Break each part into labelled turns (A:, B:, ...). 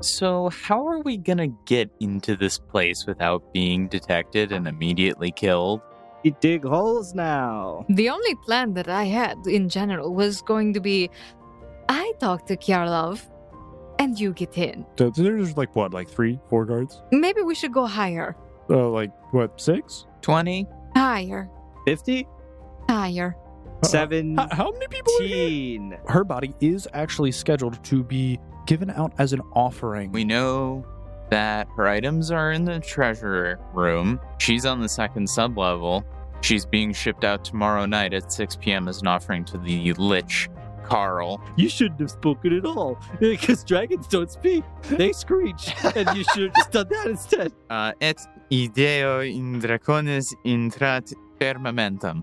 A: So, how are we gonna get into this place without being detected and immediately killed?
B: You dig holes now.
C: The only plan that I had in general was going to be I talk to Kyarlov and you get in.
D: So there's like what, like three, four guards?
C: Maybe we should go higher.
E: Oh,
D: Uh, like what, six?
A: 20?
C: Higher.
B: 50?
C: Higher.
D: Uh,
B: Seven.
E: How, how many people? Are here?
B: Teen.
E: Her body is actually scheduled to be given out as an offering.
A: We know that her items are in the treasure room. She's on the second sublevel. She's being shipped out tomorrow night at 6 p.m. as an offering to the Lich Carl.
B: You shouldn't have spoken at all because dragons don't speak. They screech. and you should have just done that instead.
A: Uh, et ideo in dracones intrat firmamentum.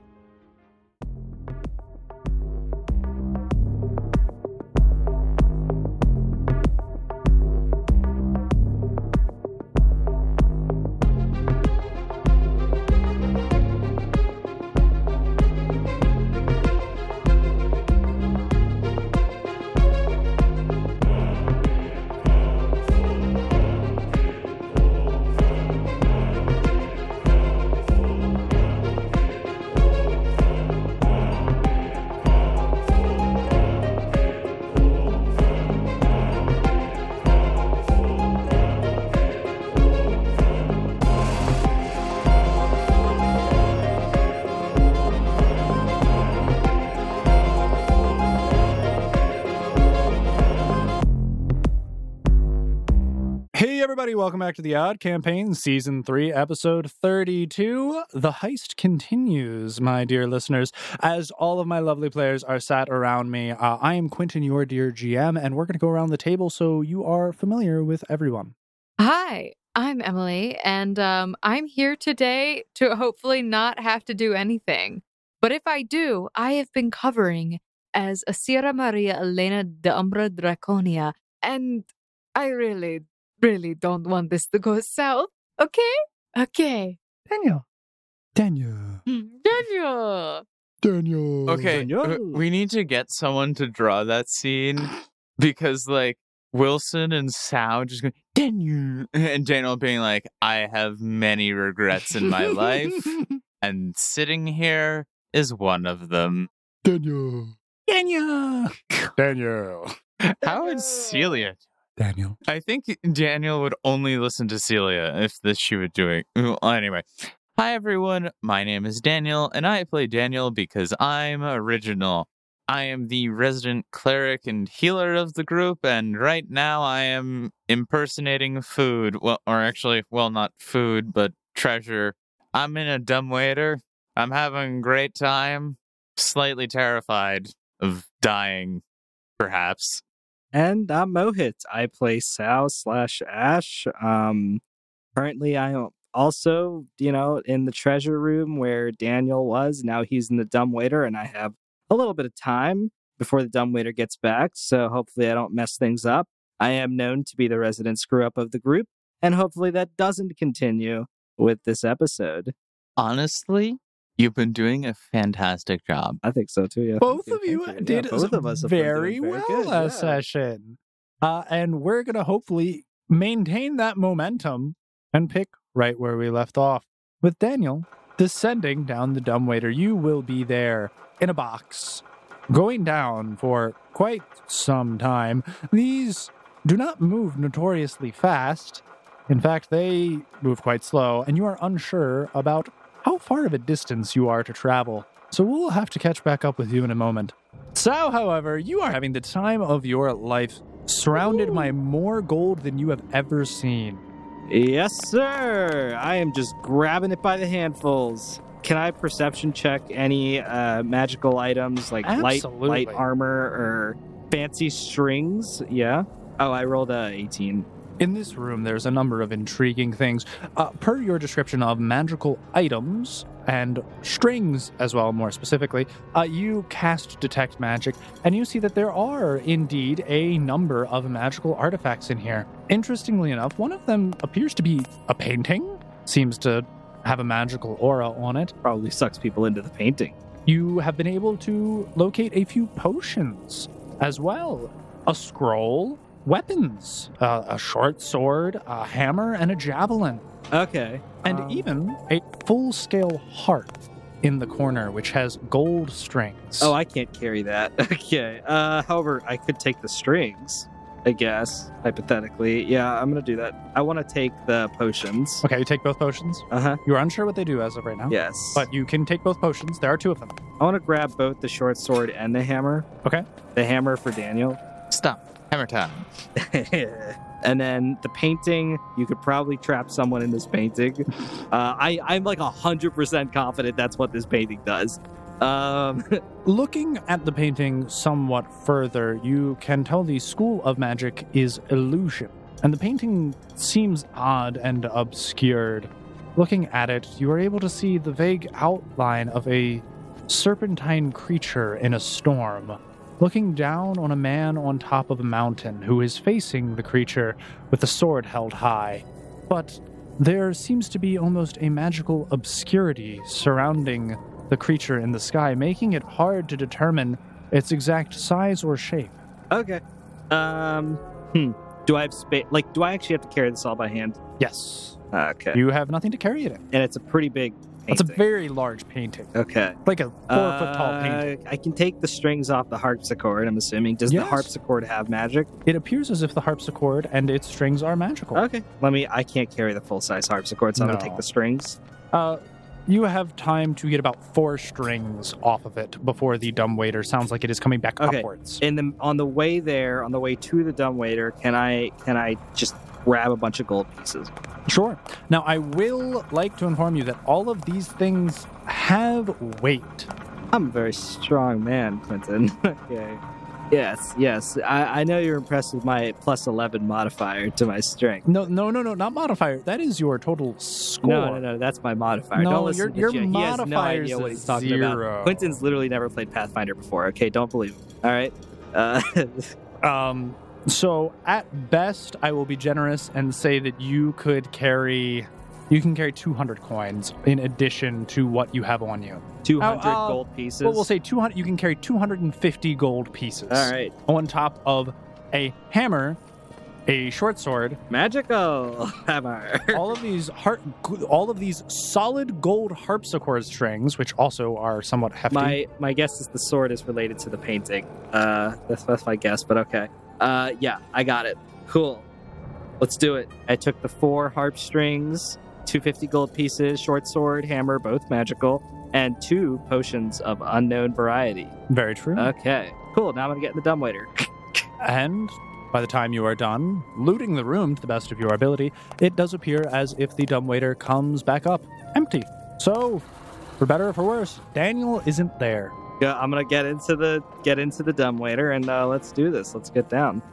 E: Hey, everybody, welcome back to The Odd Campaign, Season 3, Episode 32. The heist continues, my dear listeners, as all of my lovely players are sat around me. Uh, I am Quentin, your dear GM, and we're going to go around the table so you are familiar with everyone.
C: Hi, I'm Emily, and um, I'm here today to hopefully not have to do anything. But if I do, I have been covering as Sierra Maria Elena de Umbra Draconia, and I really, really don't want this to go south. Okay? Okay.
E: Daniel. Daniel.
C: Daniel!
D: Daniel.
A: Okay,
B: no.
A: uh, we need to get someone to draw that scene because, like, Wilson and Sal just going, Daniel. And Daniel being like, I have many regrets in my life, and sitting here is one of them.
D: Daniel.
E: Daniel.
D: Daniel.
A: How would Celia?
D: Daniel.
A: I think Daniel would only listen to Celia if this she would do it. Well, Anyway, hi everyone. My name is Daniel, and I play Daniel because I'm original. I am the resident cleric and healer of the group, and right now I am impersonating food. Well, or actually, well, not food, but treasure. I'm in a dumbwaiter. I'm having a great time. Slightly terrified of dying, perhaps.
B: And I'm Mohit. I play Sal slash Ash. Um, currently, I am also, you know, in the treasure room where Daniel was. Now he's in the dumbwaiter, and I have a little bit of time before the dumbwaiter gets back. So hopefully, I don't mess things up. I am known to be the resident screw up of the group, and hopefully, that doesn't continue with this episode.
A: honestly, you've been doing a fantastic job.
B: I think so too. Yeah.
E: both
B: Thank
E: of you uh,
B: thank
E: did
B: Yeah, both of us have been doing
E: very, well
B: good,
E: last
B: yeah.
E: session. Uh, and we're going to hopefully maintain that momentum and pick right where we left off with Daniel descending down the dumbwaiter. You will be there in a box, going down for quite some time. These do not move notoriously fast. In fact, they move quite slow, and you are unsure about how far of a distance you are to travel. So we'll have to catch back up with you in a moment. So, however, you are having the time of your life, surrounded by more gold than you have ever seen.
B: Yes, sir. I am just grabbing it by the handfuls. Can I perception check any uh, magical items like
E: Absolutely.
B: light light armor or fancy strings? Yeah. Oh, I rolled a 18.
E: In this room, there's a number of intriguing things. Uh, per your description of magical items and strings, as well, more specifically, uh, you cast Detect Magic, and you see that there are indeed a number of magical artifacts in here. Interestingly enough, one of them appears to be a painting, seems to have a magical aura on it.
B: Probably sucks people into the painting.
E: you have been able to locate a few potions as well a scroll weapons uh, a short sword, a hammer, and a javelin,
B: Okay.
E: and
B: Um,
E: even a full scale harp in the corner, which has gold strings.
B: Oh, I can't carry that. Okay. Uh, however, I could take the strings. I guess hypothetically, yeah, I'm gonna do that. I want to take the potions.
E: okay, you take both potions.
B: Uh huh.
E: You're unsure what they do as of right now.
B: Yes.
E: But you can take both potions. There are two of them.
B: I want to grab both the short sword and the hammer.
E: Okay.
B: The hammer for Daniel.
A: Stop. Hammer time.
B: and then the painting, you could probably trap someone in this painting. Uh, I, I'm like 100% confident that's what this painting does. Um,
E: Looking at the painting somewhat further, you can tell the school of magic is illusion. And the painting seems odd and obscured. Looking at it, you are able to see the vague outline of a serpentine creature in a storm, looking down on a man on top of a mountain who is facing the creature with a sword held high. But there seems to be almost a magical obscurity surrounding the creature in the sky, making it hard to determine its exact size or shape.
B: okay. Um, hmm. Do I have space? Like, do I actually have to carry this all by hand?
E: Yes.
B: Okay.
E: You have nothing to carry it in.
B: And it's a pretty big painting.
E: It's a very large painting,
B: okay.
E: like a four foot tall painting.
B: Uh, I can take the strings off the harpsichord, I'm assuming. Does
E: Yes.
B: the harpsichord have magic?
E: It appears as if the harpsichord and its strings are magical.
B: Okay. Let me, I can't carry the full size harpsichord, so I'm going
E: No.
B: to take the strings.
E: Uh, you have time to get about four strings off of it before the dumbwaiter sounds like it is coming back
B: Okay.
E: upwards.
B: in the on the way there, on the way to the dumbwaiter, can I can I just grab a bunch of gold pieces?
E: Sure. Now, I will like to inform you that all of these things have weight.
B: I'm a very strong man, Clinton. okay. Yes, yes. I, I know you're impressed with my plus eleven modifier to my strength.
E: No, no, no, no, not modifier. That is your total score.
B: No, no, no. That's my modifier.
E: No,
B: don't listen
E: your-
B: to
E: your
B: Jay. He has no
E: modifier's
B: idea
E: a
B: what he's talking
E: zero.
B: about. Clinton's literally never played Pathfinder before. Okay, don't believe him. All right. Uh,
E: Um, so at best, I will be generous and say that you could carry, you can carry 200 coins in addition to what you have on you.
B: 200
E: I'll-
B: gold pieces.
E: But uh, we'll say 200. You can carry 250 gold pieces
B: All right.
E: on top of a hammer, a short sword,
B: Magical hammer.
E: all of these heart, all of these solid gold harpsichord strings, which also are somewhat hefty.
B: My my guess is the sword is related to the painting. Uh, that's, that's my guess, but okay. Uh, yeah, I got it. Cool. Let's do it. I took the four harp strings, two fifty gold pieces, short sword, hammer, both magical, and two potions of unknown variety.
E: Very true.
B: Okay, cool. Now I'm gonna get in the dumbwaiter.
E: And by the time you are done looting the room to the best of your ability, it does appear as if the dumbwaiter comes back up empty. So, for better or for worse, Daniel isn't there.
B: Yeah, I'm gonna get into the get into the dumbwaiter, and uh, let's do this. Let's get down.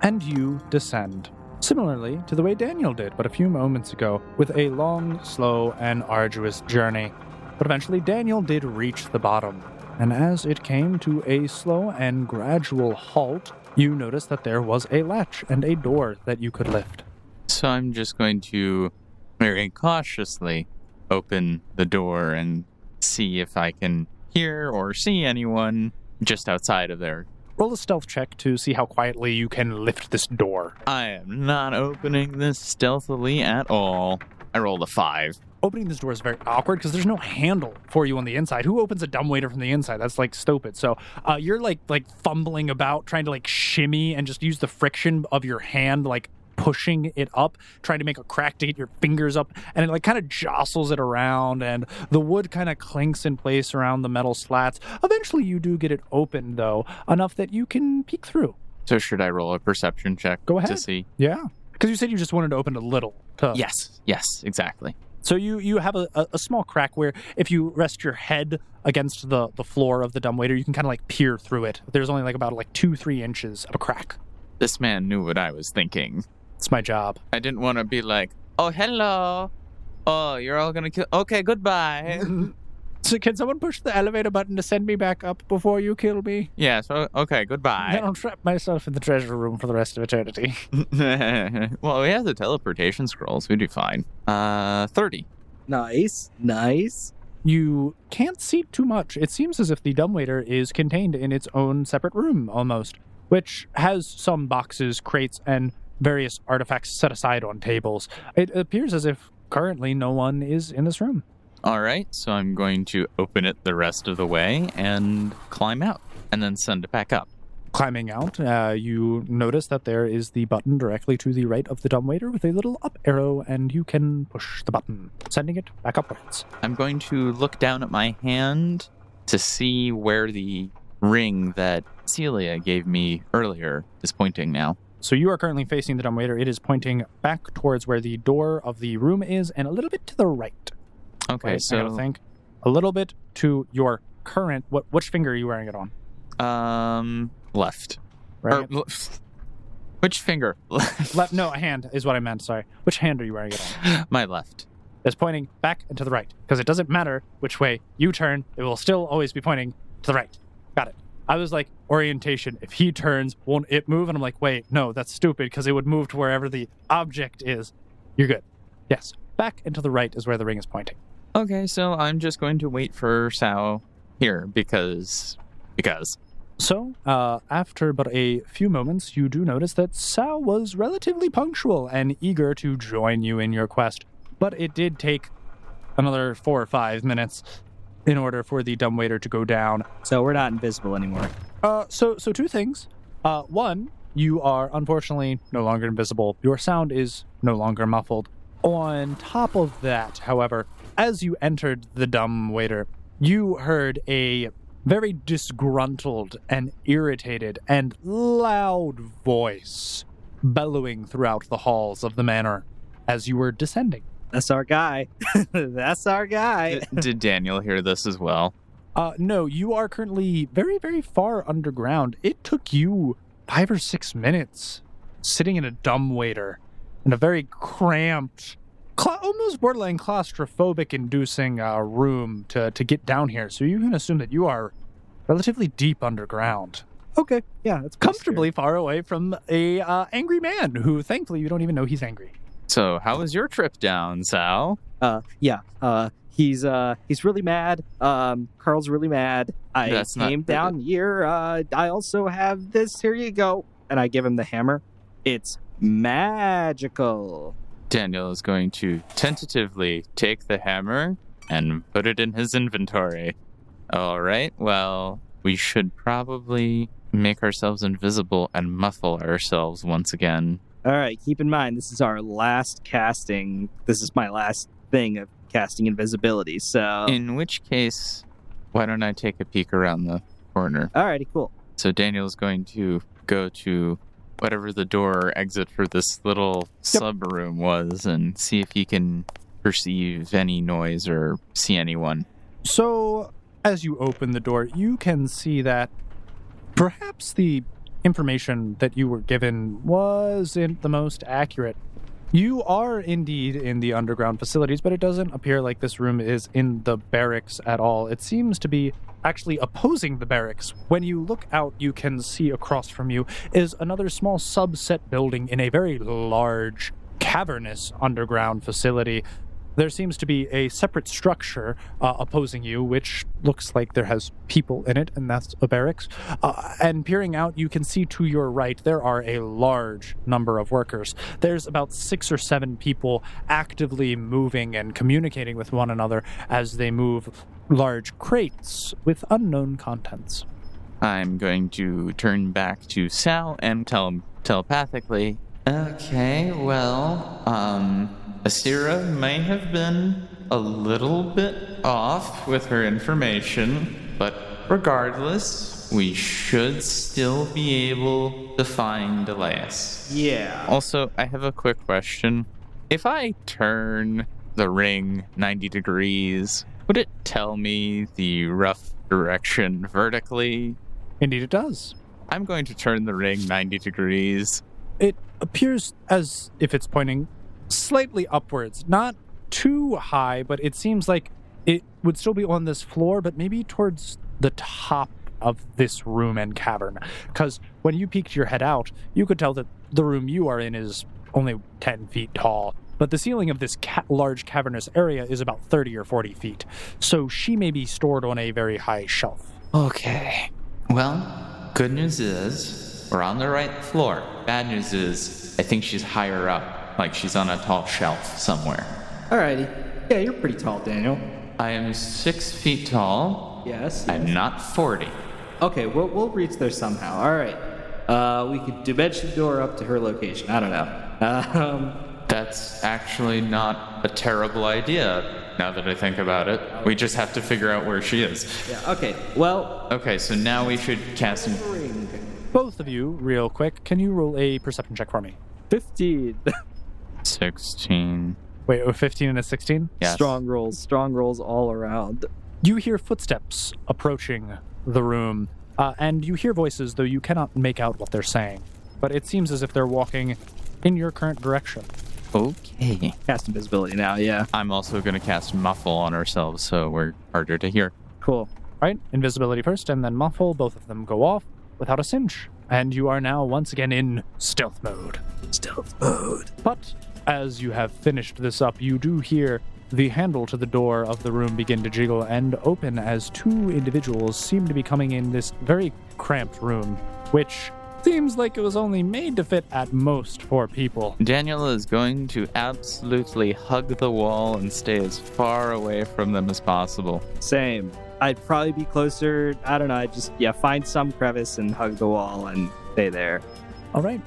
E: And you descend. Similarly to the way Daniel did but a few moments ago, with a long, slow, and arduous journey. But eventually, Daniel did reach the bottom. And as it came to a slow and gradual halt, you noticed that there was a latch and a door that you could lift.
A: So I'm just going to very cautiously open the door and see if I can hear or see anyone just outside of there.
E: Roll a stealth check to see how quietly you can lift this door.
A: I am not opening this stealthily at all. I rolled a five.
E: Opening this door is very awkward because there's no handle for you on the inside. Who opens a dumbwaiter from the inside? That's like stupid. So uh, you're like like fumbling about, trying to like shimmy and just use the friction of your hand, like pushing it up, trying to make a crack to get your fingers up, and it like kind of jostles it around, and the wood kind of clinks in place around the metal slats. Eventually, you do get it open though, enough that you can peek through.
A: So should I roll a perception check
E: Go
A: to
E: ahead.
A: see?
E: Yeah, because you said you just wanted to open a little.
A: Uh,
E: To,
A: Yes, yes, exactly.
E: So you you have a, a, a small crack where if you rest your head against the, the floor of the dumbwaiter, you can kind of like peer through it. There's only like about like two three inches of a crack.
A: This man knew what I was thinking.
E: It's my job.
A: I didn't want to be like, oh, hello. Oh, you're all going to kill. Okay, goodbye.
E: So can someone push the elevator button to send me back up before you kill me?
A: yeah, so, okay,
E: Then
A: goodbye.
E: I'll trap myself in the treasure room for the rest of eternity.
A: well, we have the teleportation scrolls. We do fine. Uh, 30.
B: Nice, nice.
E: You can't see too much. It seems as if the dumbwaiter is contained in its own separate room almost. which has some boxes, crates, and various artifacts set aside on tables. It appears as if currently no one is in this room.
A: All right, so I'm going to open it the rest of the way and climb out and then send it back up.
E: Climbing out, uh, you notice that there is the button directly to the right of the dumbwaiter with a little up arrow, and you can push the button, sending it back upwards.
A: I'm going to look down at my hand to see where the ring that Celia gave me earlier is pointing now.
E: So you are currently facing the dumbwaiter. It is pointing back towards where the door of the room is, and a little bit to the right.
A: Okay,
E: Wait, I gotta
A: so
E: think a little bit to your current. What which finger are you wearing it on?
A: um left. Or,
E: Right.
A: l- which finger? Left.
E: Left. No, a hand is what I meant. Sorry. Which hand are you wearing it on?
A: my left.
E: It's pointing back and to the right because it doesn't matter which way you turn. It will still always be pointing to the right. Got it. I was like orientation. If he turns, won't it move? And I'm like, wait, no, that's stupid because it would move to wherever the object is. You're good. Yes. Back and to the right is where the ring is pointing.
A: Okay, so I'm just going to wait for Sao here because because
E: So, uh, after but a few moments, you do notice that Sal was relatively punctual and eager to join you in your quest, but it did take another four or five minutes in order for the dumbwaiter to go down.
B: So we're not invisible anymore.
E: Uh, so, so two things. Uh, one, you are unfortunately no longer invisible. Your sound is no longer muffled. On top of that, however, as you entered the dumb waiter, you heard a very disgruntled and irritated and loud voice bellowing throughout the halls of the manor as you were descending.
B: That's our guy. That's our guy.
A: D- did Daniel hear this as well?
E: Uh, no, you are currently very, very far underground. It took you five or six minutes sitting in a dumbwaiter in a very cramped, cla almost borderline claustrophobic inducing uh, room to, to get down here. So you can assume that you are relatively deep underground,
B: Okay. Yeah, that's pretty
E: comfortably far away from a uh, angry man who thankfully you don't even know he's angry.
A: So how was your trip down, Sao?
B: scary. Uh, yeah. Uh, he's uh, he's really mad. Um, Carl's really mad. I
A: That's not-
B: came down here. Uh, I also have this. Here you go. And I give him the hammer. It's magical.
A: Daniel is going to tentatively take the hammer and put it in his inventory. All right, well, we should probably make ourselves invisible and muffle ourselves once again.
B: All right. Keep in mind, this is our last casting. This is my last thing of casting invisibility. So.
A: In which case, why don't I take a peek around the corner?
B: all righty, cool.
A: So Daniel's going to go to whatever the door or exit for this little sub room was and see if he can perceive any noise or see anyone.
E: So, as you open the door, you can see that perhaps the information that you were given wasn't the most accurate. You are indeed in the underground facilities, but it doesn't appear like this room is in the barracks at all. It seems to be actually opposing the barracks. When you look out, you can see across from you is another small subset building in a very large, cavernous underground facility. There seems to be a separate structure uh, opposing you, which looks like there has people in it, and that's a barracks. Uh, and peering out, you can see to your right there are a large number of workers. There's about six or seven people actively moving and communicating with one another as they move large crates with unknown contents.
A: I'm going to turn back to Sal and tell him telepathically. Okay, well, um, Asira may have been a little bit off with her information, but regardless, we should still be able to find Elias.
B: Yeah.
A: Also, I have a quick question. If I turn the ring 90 degrees, would it tell me the rough direction vertically?
E: Indeed, it does.
A: I'm going to turn the ring 90 degrees.
E: it appears as if it's pointing slightly upwards, not too high, but it seems like it would still be on this floor, but maybe towards the top of this room and cavern. Because when you peeked your head out, you could tell that the room you are in is only 10 feet tall, but the ceiling of this ca- large cavernous area is about 30 or 40 feet. So she may be stored on a very high shelf.
A: Okay. Well, good news is We're on the right floor. Bad news is, I think she's higher up, like she's on a tall shelf somewhere.
B: Alrighty. Yeah, you're pretty tall, Daniel.
A: I am six feet tall.
B: Yes.
A: I'm not 40.
B: Okay, we'll, we'll reach there somehow. All right. Uh, we could dimension door up to her location. I don't know. Um,
A: That's actually not a terrible idea, now that I think about it. We just have to figure out where she is.
B: yeah, okay. Well,
A: Okay, so now we should cast an
B: ring.
F: Both of you, real quick, can you roll a perception check for me?
B: 15.
A: 16.
F: Wait,
E: oh,
F: a 15 and a 16?
A: Yes.
B: Strong rolls, strong rolls all around.
F: You hear footsteps approaching the room, uh, and you hear voices, though you cannot make out what they're saying. But it seems as if they're walking in your current direction.
A: Okay.
B: Cast invisibility now, yeah.
A: I'm also going to cast Muffle on ourselves so we're harder to hear.
B: Cool.
F: All right, invisibility first, and then muffle. Both of them go off without a cinch, and you are now once again in stealth mode.
B: Stealth mode.
F: But as you have finished this up, you do hear the handle to the door of the room begin to jiggle and open as two individuals seem to be coming in this very cramped room, which seems like it was only made to fit at most four people.
A: Daniel is going to absolutely hug the wall and stay as far away from them as possible.
B: Same. I'd probably be closer. I don't know. I'd just, yeah, find some crevice and hug the wall and stay there.
F: All right.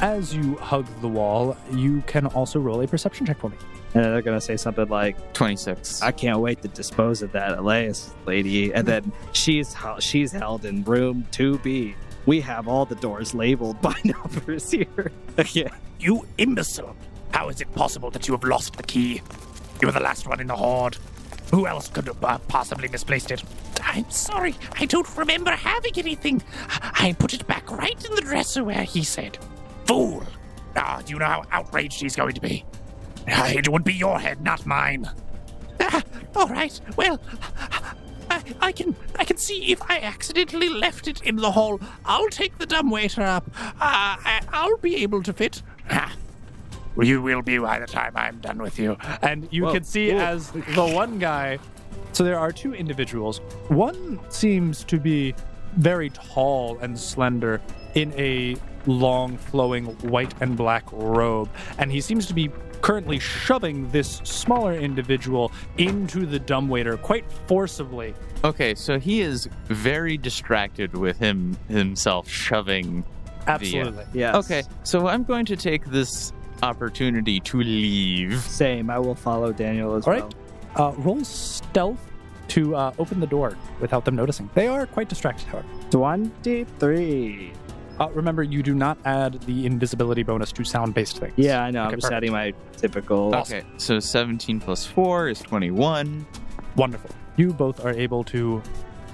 F: As you hug the wall, you can also roll a perception check for me.
B: And they're going to say something like,
A: 26.
B: I can't wait to dispose of that Elias lady. And then she's hel- she's held in room 2B. We have all the doors labeled by numbers here. yeah.
G: You imbecile! How is it possible that you have lost the key? You were the last one in the horde. Who else could have uh, possibly misplaced it?
H: I'm sorry, I don't remember having anything. I put it back right in the dresser where he said.
G: Fool! Ah, do you know how outraged he's going to be? Ah, it would be your head, not mine.
H: Ah, all right, well, I, I can I can see if I accidentally left it in the hall. I'll take the dumbwaiter up. Uh, I, I'll be able to fit.
G: Ah, you will be by the time I'm done with you.
F: and you
B: Whoa.
F: can see
B: Whoa.
F: as the one guy. So there are two individuals. One seems to be very tall and slender in a long, flowing white and black robe, and he seems to be currently shoving this smaller individual into the dumbwaiter quite forcibly.
A: Okay, so he is very distracted with him himself shoving uh,
F: Absolutely.
B: Yes.
A: Okay, so I'm going to take this opportunity to leave.
B: Same. I will follow Daniel as
F: All
B: well.
F: right. Uh, roll stealth to uh, open the door without them noticing. They are quite distracted, however.
B: 23.
F: Uh, remember, you do not add the invisibility bonus to sound based things.
B: Yeah, I know.
F: Okay,
B: I'm just
F: perfect.
B: adding my typical.
A: Okay, so 17 plus 4 is 21.
F: Wonderful. You both are able to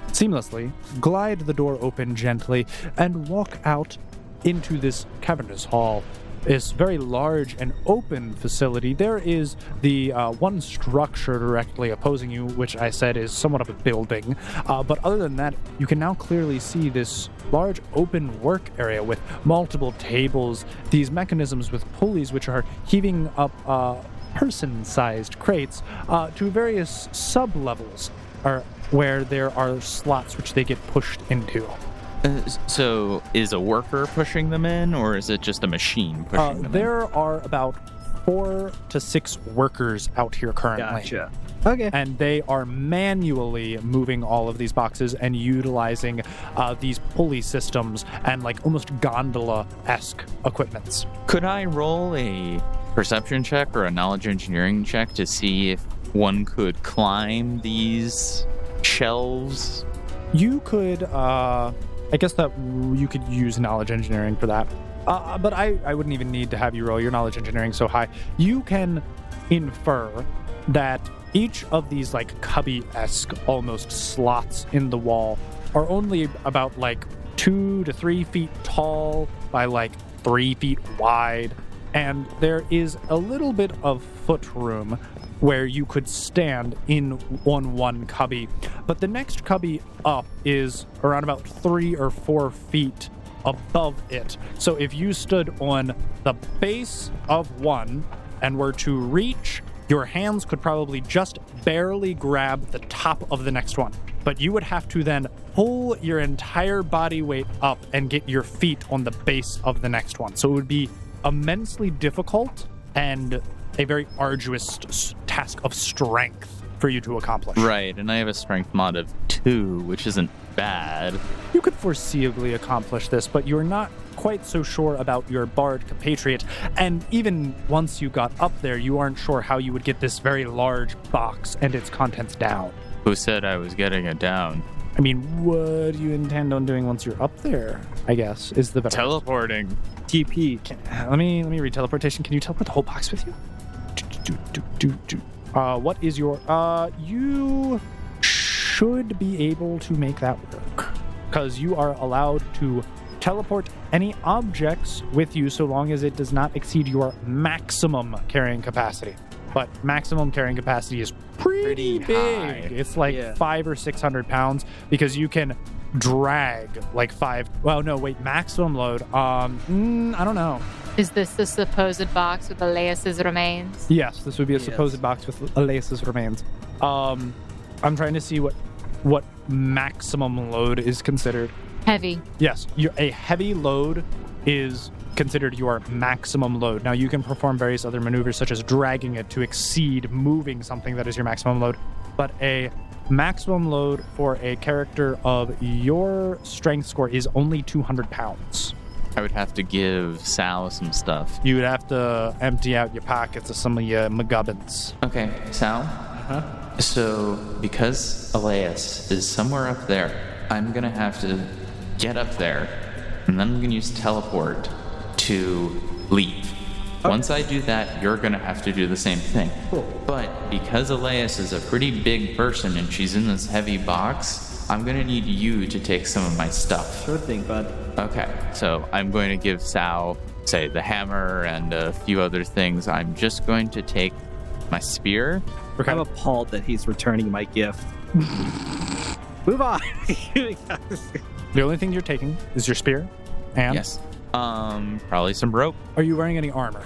F: seamlessly glide the door open gently and walk out into this cavernous hall. This very large and open facility. There is the uh, one structure directly opposing you, which I said is somewhat of a building. Uh, but other than that, you can now clearly see this large open work area with multiple tables, these mechanisms with pulleys which are heaving up uh, person sized crates uh, to various sub levels are where there are slots which they get pushed into.
A: Uh, so is a worker pushing them in, or is it just a machine pushing
F: Uh,
A: them in?
F: there are about four to six workers out here currently.
B: Gotcha. Okay.
F: And they are manually moving all of these boxes and utilizing uh, these pulley systems and like almost gondola esque equipments.
A: Could I roll a perception check or a knowledge engineering check to see if one could climb these shelves?
F: You could, uh, I guess that you could use knowledge engineering for that. Uh, but I, I wouldn't even need to have you roll your knowledge engineering so high. You can infer that each of these like cubby esque almost slots in the wall are only about like two to three feet tall by like three feet wide. And there is a little bit of foot room where you could stand in on one cubby. But the next cubby up is around about three or four feet above it. So if you stood on the base of one and were to reach, your hands could probably just barely grab the top of the next one. but you would have to then pull your entire body weight up and get your feet on the base of the next one. So it would be immensely difficult and a very arduous s- task of strength for you to accomplish.
A: Right, and I have a strength mod of two, which isn't bad.
F: You could foreseeably accomplish this, but you're not quite so sure about your barred compatriot. And even once you got up there, you aren't sure how you would get this very large box and its contents down.
A: Who said I was getting it down?
F: I mean, what do you intend on doing once you're up there? I guess is the better.
A: Teleporting.
B: TP.
F: Can- let me let me read teleportation. Can you teleport the whole box with you? Do, do, do, do, do, do. Uh, what is your? Uh, you should be able to make that work because you are allowed to teleport any objects with you so long as it does not exceed your maximum carrying capacity. But maximum carrying capacity is pretty,
A: Pretty
F: big.
A: high.
F: It's like
B: Yeah.
F: five or six hundred pounds because you can drag like five. Well, no, wait, maximum load. Um, mm, I don't know.
I: Is this the supposed box with Elias's remains?
F: Yes, this would be a
B: Yes.
F: supposed box with Elias's remains. Um, I'm trying to see what what maximum load is considered.
I: Heavy.
F: Yes, your, a heavy load is considered your maximum load. Now you can perform various other maneuvers such as dragging it to exceed moving something that is your maximum load, but a maximum load for a character of your strength score is only 200 pounds.
A: I would have to give Sal some stuff.
F: You would have to empty out your pockets of some of your McGubbins.
A: Okay, Sal? So, because Elias is somewhere up there, I'm gonna have to get up there, and then I'm gonna use teleport to leap. Once I do that, you're gonna have to do the same thing. But because Elias is a pretty big person and she's in this heavy box, I'm gonna need you to take some of my stuff.
B: Sure thing, bud.
A: Okay, so I'm going to give Sal, say, the hammer and a few other things. I'm just going to take my spear.
F: Okay.
B: I'm appalled that he's returning my gift. Move on.
F: The only thing you're taking is your spear. And
A: Yes. Um, probably some rope.
F: are you wearing any armor?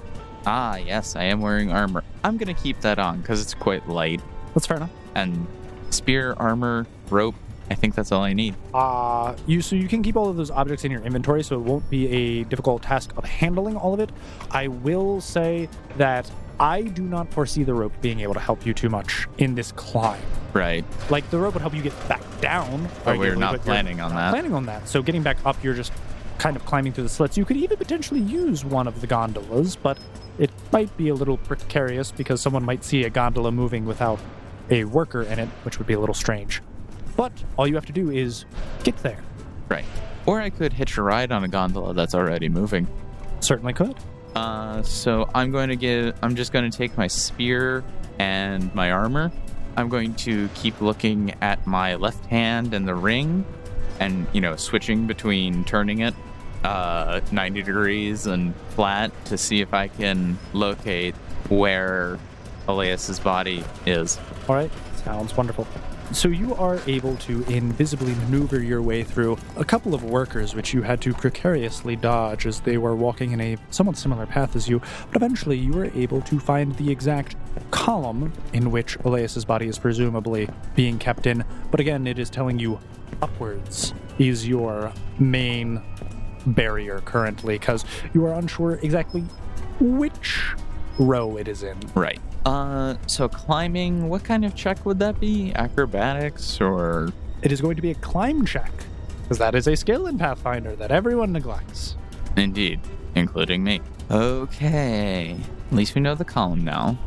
A: Ah, yes, I am wearing armor. I'm going to keep that on because it's quite light.
F: That's fair enough.
A: And spear, armor, rope. I think that's all I need.
F: Uh, you so you can keep all of those objects in your inventory, so it won't be a difficult task of handling all of it. I will say that I do not foresee the rope being able to help you too much in this climb.
A: Right.
F: Like the rope would help you get back down.
A: But we're
F: arguably,
A: not
F: you're
A: planning on
F: not
A: that.
F: Planning on that. So getting back up, you're just kind of climbing through the slits. You could even potentially use one of the gondolas, but it might be a little precarious because someone might see a gondola moving without a worker in it, which would be a little strange. But all you have to do is get there.
A: Right. Or I could hitch a ride on a gondola that's already moving.
F: Certainly could.
A: Uh, so I'm going to give. I'm just going to take my spear and my armor. I'm going to keep looking at my left hand and the ring, and you know, switching between turning it uh, 90 degrees and flat to see if I can locate where Elias's body is.
F: All right, sounds wonderful. So you are able to invisibly maneuver your way through a couple of workers, which you had to precariously dodge as they were walking in a somewhat similar path as you. But eventually, you were able to find the exact column in which Elias's body is presumably being kept in. But again, it is telling you upwards is your main barrier currently, because you are unsure exactly which row it is in.
A: Right. Uh, so climbing. What kind of check would that be? Acrobatics or
F: it is going to be a climb check because that is a skill in Pathfinder that everyone neglects.
A: Indeed, including me. Okay. At least we know the column now.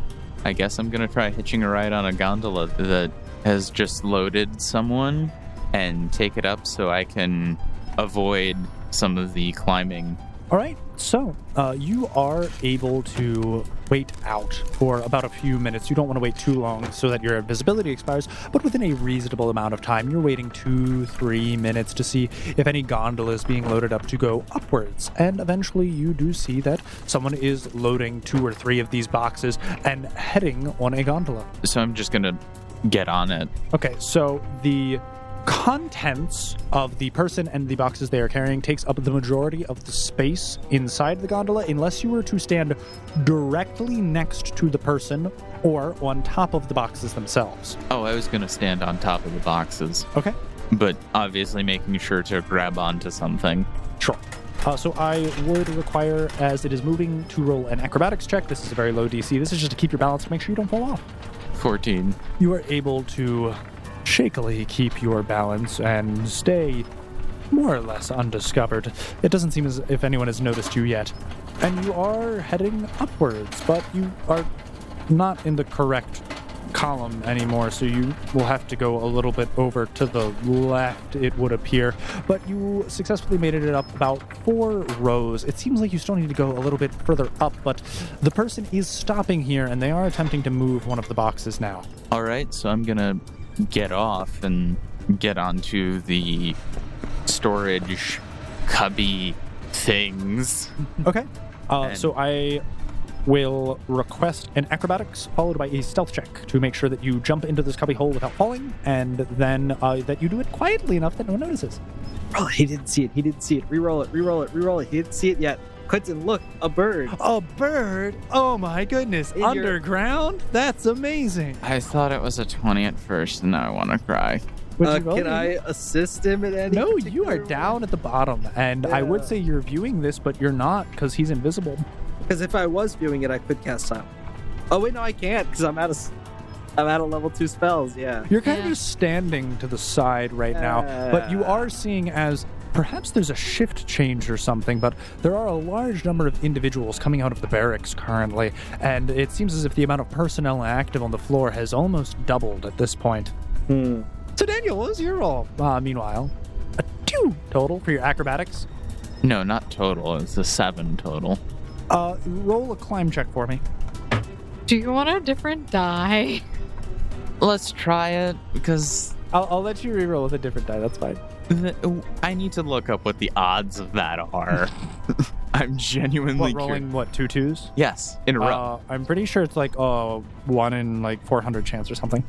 A: I guess I'm gonna try hitching a ride on a gondola that has just loaded someone and take it up so I can avoid some of the climbing.
F: All right, so uh, you are able to wait out for about a few minutes. You don't want to wait too long so that your visibility expires, but within a reasonable amount of time, you're waiting two, three minutes to see if any gondola is being loaded up to go upwards. And eventually, you do see that someone is loading two or three of these boxes and heading on a gondola.
A: So I'm just gonna get on it.
F: Okay, so the
E: contents of the person and the boxes they are carrying takes up the majority of the space inside the gondola unless you were to stand directly next to the person or on top of the boxes themselves.
A: Oh, I was going to stand on top of the boxes,
E: Okay?
A: but obviously making sure to grab onto something.
E: Sure. Uh, so I would require, as it is moving, to roll an acrobatics check. This is a very low DC. This is just to keep your balance to make sure you don't fall off.
A: 14.
E: you are able to shakily keep your balance and stay more or less undiscovered. It doesn't seem as if anyone has noticed you yet. And you are heading upwards, but you are not in the correct column anymore, so you will have to go a little bit over to the left, it would appear. But you successfully made it up about four rows. It seems like you still need to go a little bit further up, but the person is stopping here and they are attempting to move one of the boxes now.
A: All right, so I'm going to get off and get onto the storage cubby things.
E: Okay. Uh,
A: And-
E: so I will request an acrobatics followed by a stealth check to make sure that you jump into this cubby hole without falling, and then uh, that you do it quietly enough that no one notices.
B: Oh, he didn't see it. He didn't see it. Reroll it. Reroll it. Reroll it. He didn't see it yet. Quentin, look, a bird.
E: A bird! Oh my goodness!
B: In your-
E: Underground? That's amazing.
A: I thought it was a 20 at first, and now I want to cry.
E: Would
B: Uh,
E: you roll
B: can
E: me?
B: I assist him in any?
E: No, you
B: particular
E: are down at the bottom, and I would
B: Yeah.
E: say you're viewing this, but you're not because he's invisible.
B: Because if I was viewing it, I could cast silence. Oh wait, no, I can't because I'm out of, s- I'm out of level two spells. Yeah.
E: You're kind of
C: Yeah.
E: just standing to the side right now, but you
B: Yeah.
E: are seeing as perhaps there's a shift change or something, but there are a large number of individuals coming out of the barracks currently, and it seems as if the amount of personnel active on the floor has almost doubled at this point.
B: Hmm.
E: So, Daniel, what was your roll? Uh, meanwhile, a two total for your acrobatics.
A: No, not total. It's a 7 total.
E: Uh, roll a climb check for me.
C: Do you want a different die?
A: Let's try it, because
E: I'll, I'll let you reroll with a different die. That's fine.
A: The, I need to look up what the odds of that are. I'm genuinely
E: What,
A: curious.
E: rolling what two twos?
A: Yes, in a row.
E: Uh, I'm pretty sure it's like uh, one in like 400 chance or something.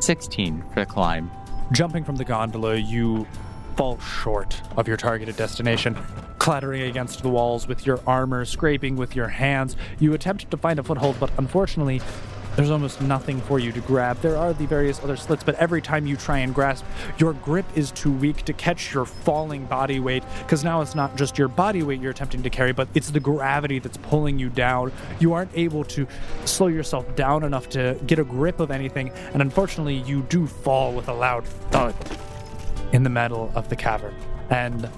A: 16 for the climb.
E: Jumping from the gondola, you fall short of your targeted destination. Clattering against the walls with your armor, scraping with your hands, you attempt to find a foothold, but unfortunately, there's almost nothing for you to grab. There are the various other slits, but every time you try and grasp, your grip is too weak to catch your falling body weight, because now it's not just your body weight you're attempting to carry, but it's the gravity that's pulling you down. You aren't able to slow yourself down enough to get a grip of anything, and unfortunately, you do fall with a loud thud in the metal of the cavern. And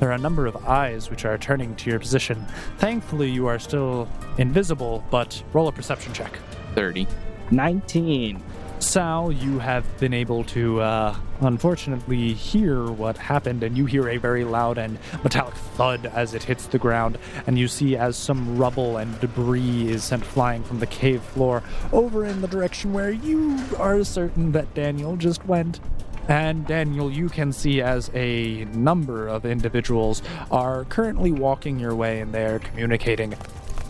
E: there are a number of eyes which are turning to your position. Thankfully, you are still invisible, but roll a perception check.
A: 30.
B: Nineteen.
E: Sal, you have been able to, uh, unfortunately, hear what happened, and you hear a very loud and metallic thud as it hits the ground, and you see as some rubble and debris is sent flying from the cave floor over in the direction where you are certain that Daniel just went. And Daniel, you can see as a number of individuals are currently walking your way and they're communicating.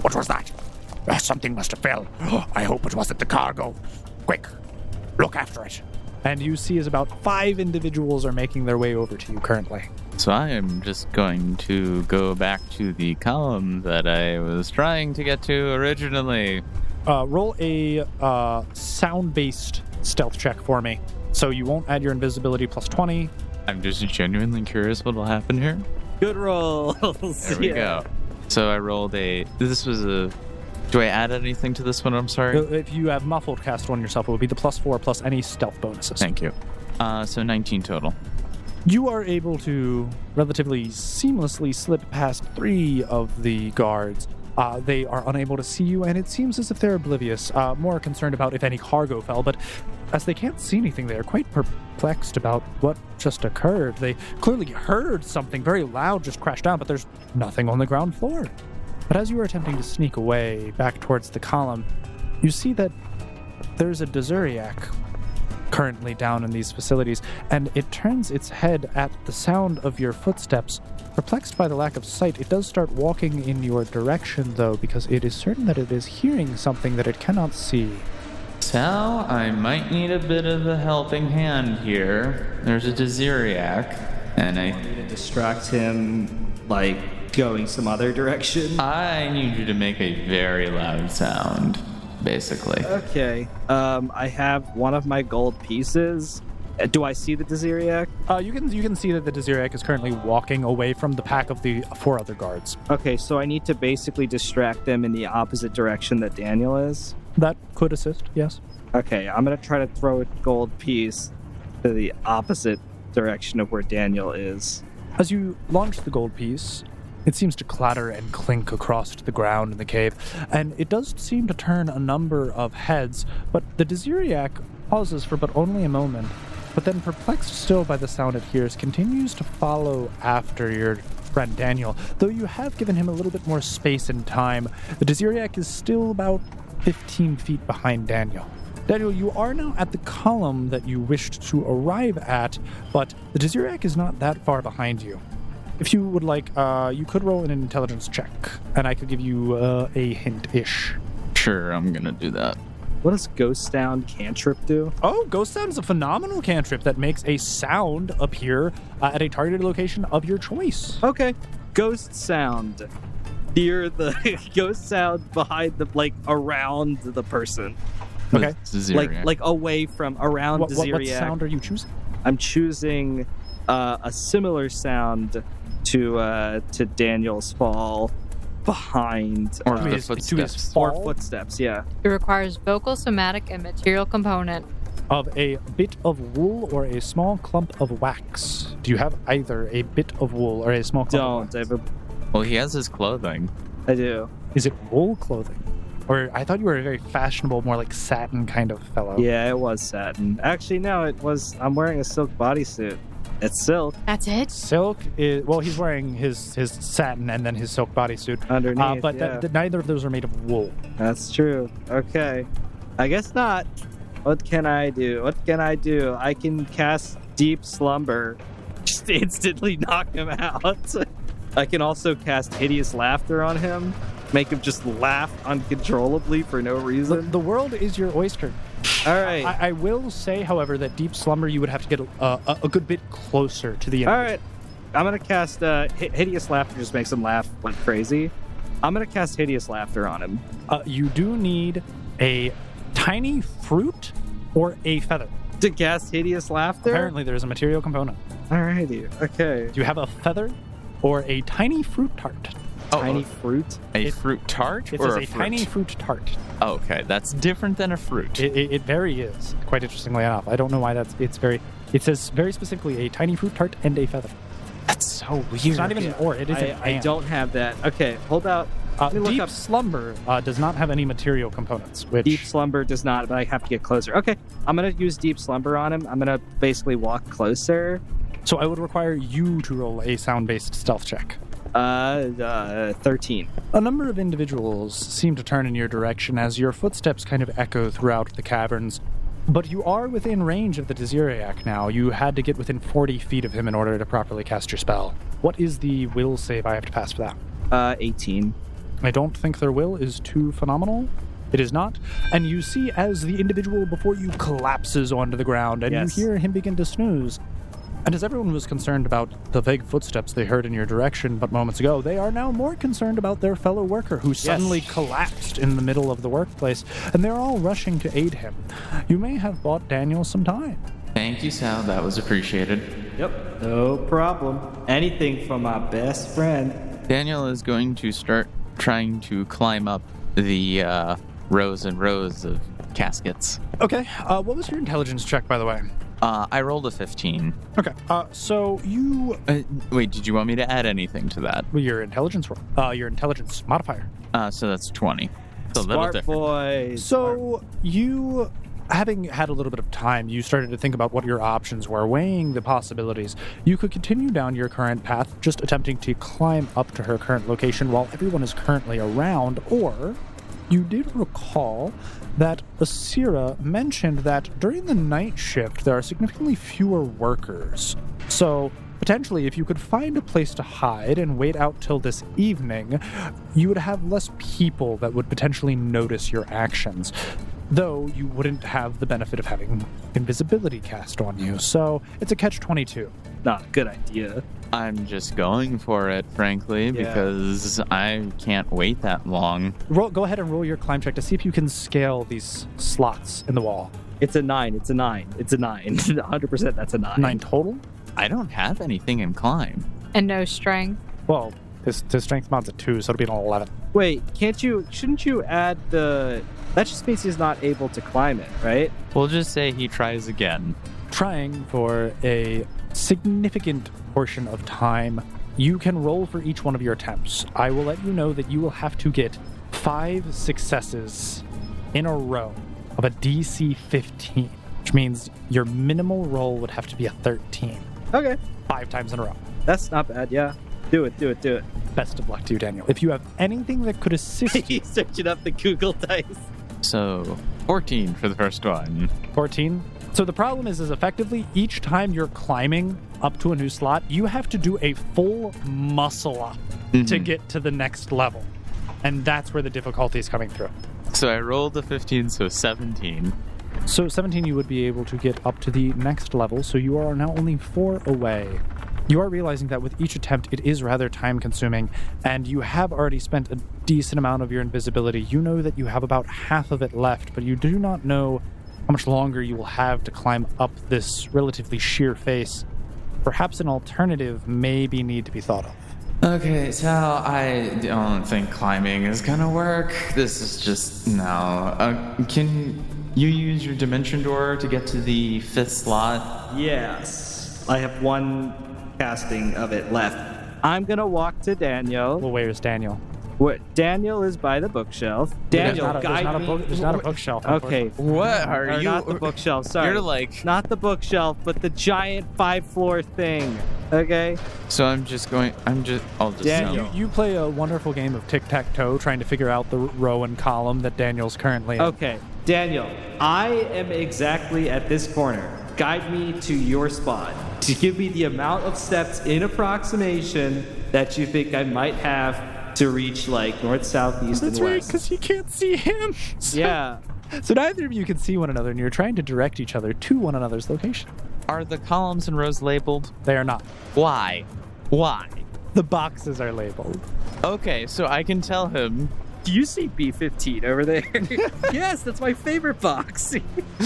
F: What was that?
E: Uh,
F: Ah, something must have fell. I hope it wasn't the cargo. Quick, look after it.
E: And you see as about five individuals are making their way over to you currently.
A: So I am just going to go back to the column that I was trying to get to originally.
E: Uh, roll a uh, sound-based stealth check for me. So you won't add your invisibility plus twenty.
A: I'm just genuinely curious what will happen here.
B: Good rolls.
A: There we
B: Yeah.
A: go. So I rolled a. This was a. Do I add anything to this one? I'm sorry.
E: Uh, If you have muffled cast on yourself, it would be the plus four plus any stealth bonuses.
A: Thank you. Uh, so 19 total.
E: You are able to relatively seamlessly slip past three of the guards. Uh, they are unable to see you, and it seems as if they're oblivious, uh, more concerned about if any cargo fell. But as they can't see anything, they are quite perplexed about what just occurred. They clearly heard something very loud just crash down, but there's nothing on the ground floor. But as you are attempting to sneak away back towards the column, you see that there's a Desuriac currently down in these facilities, and it turns its head at the sound of your footsteps. Perplexed by the lack of sight, it does start walking in your direction, though, because it is certain that it is hearing something that it cannot see.
A: Sal, I might need a bit of a helping hand here. There's a Desiriac, and I,
B: Distract him, like going some other direction.
A: I need you to make a very loud sound, basically.
B: Okay. Um, I have one of my gold pieces. Uh, Do I see the Desiriac?
E: Uh, you can you can see that the Desiriac is currently walking away from the pack of the four other guards.
B: Okay, so I need to basically distract them in the opposite direction that Daniel is.
E: That could assist, yes.
B: Okay, I'm gonna try to throw a gold piece to the opposite direction of where Daniel is.
E: As you launch the gold piece, it seems to clatter and clink across the ground in the cave, and it does seem to turn a number of heads, but the Desiriac pauses for but only a moment, but then, perplexed still by the sound it hears, continues to follow after your friend Daniel. Though you have given him a little bit more space and time, the Desiriac is still about 15 feet behind Daniel. Daniel, you are now at the column that you wished to arrive at, but the Desiriac is not that far behind you. If you would like, uh, you could roll an intelligence check, and I could give you uh, a hint ish.
A: Sure, I'm gonna do that.
B: What does Ghost Sound cantrip do?
E: Oh, Ghost Sound is a phenomenal cantrip that makes a sound appear uh, at a targeted location of your choice.
B: Okay, Ghost Sound. Hear the ghost sound behind the like around the person,
A: With
E: Okay.
A: Desiriac.
B: like like away from around
E: What, what, what
B: Desiriac.
E: sound are you choosing?
B: I'm choosing uh, a similar sound to uh, to Daniel's fall behind
A: or
B: uh,
A: the
E: his- to his
A: footsteps.
E: far-
B: or footsteps. Yeah.
C: It requires vocal, somatic, and material component.
E: Of a bit of wool or a small clump of wax. Do you have either a bit of wool or a small clump of
B: Don't.
E: wax?
B: I, have a,
A: Well, he has his clothing.
B: I do.
E: Is it wool clothing? Or I thought you were a very fashionable, more like satin kind of fellow.
B: Yeah, it was satin. Actually, no, it was. I'm wearing a silk bodysuit. It's silk
C: That's it.
E: Silk is well, he's wearing his his satin and then his silk bodysuit.
B: underneath.
E: Uh, but
B: yeah.
E: th- th- neither of those are made of wool.
B: that's true. Okay, I guess not. What can I do? What can I do? I can cast deep slumber, just instantly knock him out. I can also cast hideous laughter on him, make him just laugh uncontrollably for no
E: The,
B: reason.
E: the world is your oyster.
B: All right,
E: I, I will say, however, that deep slumber you would have to get a, a, a good bit closer to the.
B: All
E: individual.
B: right. I'm going to cast uh, Hi- Hideous Laughter, just makes him laugh like crazy. I'm going to cast Hideous Laughter on him.
E: Uh, you do need a tiny fruit or a feather.
B: To cast Hideous Laughter?
E: Apparently, there is a material component.
B: Alrighty. Okay.
E: Do you have a feather or a tiny fruit tart?
A: Oh,
B: Tiny
A: oh,
B: fruit.
A: a
E: it-
A: fruit tart
E: It
A: or
E: says a,
A: a fruit?
E: tiny fruit tart.
A: Oh, okay, that's different than a fruit.
E: It, it, it very is quite interestingly enough. I don't know why that's. It's very. It says very specifically a tiny fruit tart and a feather.
A: that's so weird.
E: It's not even an or. It is an
B: I, I
E: and.
B: don't have that. Okay, hold out.
E: Uh,
B: Let me look
E: deep
B: up-
E: slumber uh, does not have any material components, which
B: Deep Slumber does not, but I have to get closer. Okay, I'm going to use Deep Slumber on him. I'm going to basically walk closer.
E: so I would require you to roll a sound-based stealth check.
B: Uh, uh 13.
E: A number of individuals seem to turn in your direction as your footsteps kind of echo throughout the caverns. But you are within range of the Desiriac now. You had to get within 40 feet of him in order to properly cast your spell. What is the will save I have to pass for that?
B: Uh, 18.
E: I don't think their will is too phenomenal. It is not. And you see as the individual before you collapses onto the ground and
B: Yes.
E: you hear him begin to snooze. And as everyone was concerned about the vague footsteps they heard in your direction but moments ago, they are now more concerned about their fellow worker who suddenly collapsed in the middle of the workplace and they're all rushing to aid him. You may have bought Daniel some time.
A: Thank you, Sal. That was appreciated.
B: Yep. No problem. Anything from my best friend.
A: Daniel is going to start trying to climb up the uh, rows and rows of caskets.
E: Okay, uh, what was your intelligence check, by the way?
A: Uh, I rolled a 15.
E: Okay, uh, so you.
A: Uh, wait, did you want me to add anything to that?
E: Your intelligence roll. Uh, your intelligence modifier.
A: Uh, so that's 20. It's a little
B: Smart
A: different.
B: boy.
E: So you, having had a little bit of time, you started to think about what your options were, weighing the possibilities. You could continue down your current path, just attempting to climb up to her current location while everyone is currently around, or you did recall that Asira mentioned that during the night shift there are significantly fewer workers. So potentially if you could find a place to hide and wait out till this evening, you would have less people that would potentially notice your actions. though you wouldn't have the benefit of having invisibility cast on you. So it's a catch 22.
B: Not a good idea.
A: I'm just going for it, frankly,
B: Yeah.
A: because I can't wait that long.
E: Roll, go ahead and roll your climb check to see if you can scale these slots in the wall.
B: It's a nine. It's a nine. It's a nine. 100% that's a nine.
E: Nine total?
A: I don't have anything in climb.
C: And no strength.
E: Well, his, his strength mod's a 2, so it'll be an 11.
B: Wait, can't you, shouldn't you add the, that just means he's not able to climb it, right?
A: We'll just say he tries again.
E: trying for a significant portion of time. You can roll for each one of your attempts. I will let you know that you will have to get five successes in a row of a DC 15, which means your minimal roll would have to be a 13,
B: Okay.
E: five times in a row.
B: That's not bad. Yeah. Do it. Do it. Do it.
E: Best of luck to you, Daniel. If you have anything that could assist you,
B: He's searching up the Google dice.
A: So, 14 for the first one.
E: 14. So the problem is, is effectively each time you're climbing up to a new slot, you have to do a full muscle up to
A: Mhm.
E: get to the next level. And that's where the difficulty is coming through.
A: So I rolled a 15, so 17.
E: So 17, you would be able to get up to the next level. So you are now only four away. You are realizing that with each attempt, it is rather time consuming, and you have already spent a decent amount of your invisibility. You know that you have about half of it left, but you do not know how much longer you will have to climb up this relatively sheer face. Perhaps an alternative may be need to be thought of.
A: Okay, so I don't think climbing is gonna work. This is just no. Uh, can you use your dimension door to get to the fifth slot?
B: Yes. I have one casting of it left. I'm going to walk to Daniel.
E: Well, where is Daniel?
B: Where Daniel is by the bookshelf.
E: There's
B: Daniel,
E: not a, there's
B: guide
E: not a
B: me.
E: book, there's not a bookshelf.
B: Okay.
A: What are
B: Or
A: you?
B: not the bookshelf. Sorry.
A: You're like
B: Not the bookshelf, but the giant five floor thing. Okay?
A: so. I'm just going. I'm just. I'll just.
B: Daniel.
E: You play a wonderful game of tic tac toe, trying to figure out the row and column that Daniel's currently in.
B: Okay. Daniel, I am exactly at this corner. Guide me to your spot. To give me the amount of steps in approximation that you think I might have to reach like north, south, east,
E: That's
B: and
E: right,
B: west.
E: because you can't see him. So,
B: Yeah.
E: So neither of you can see one another, and you're trying to direct each other to one another's location.
A: Are the columns and rows labeled?
E: They are not.
A: Why? Why?
E: The boxes are labeled.
A: Okay, so I can tell him.
B: Do you see B15 over there? yes, that's my favorite box.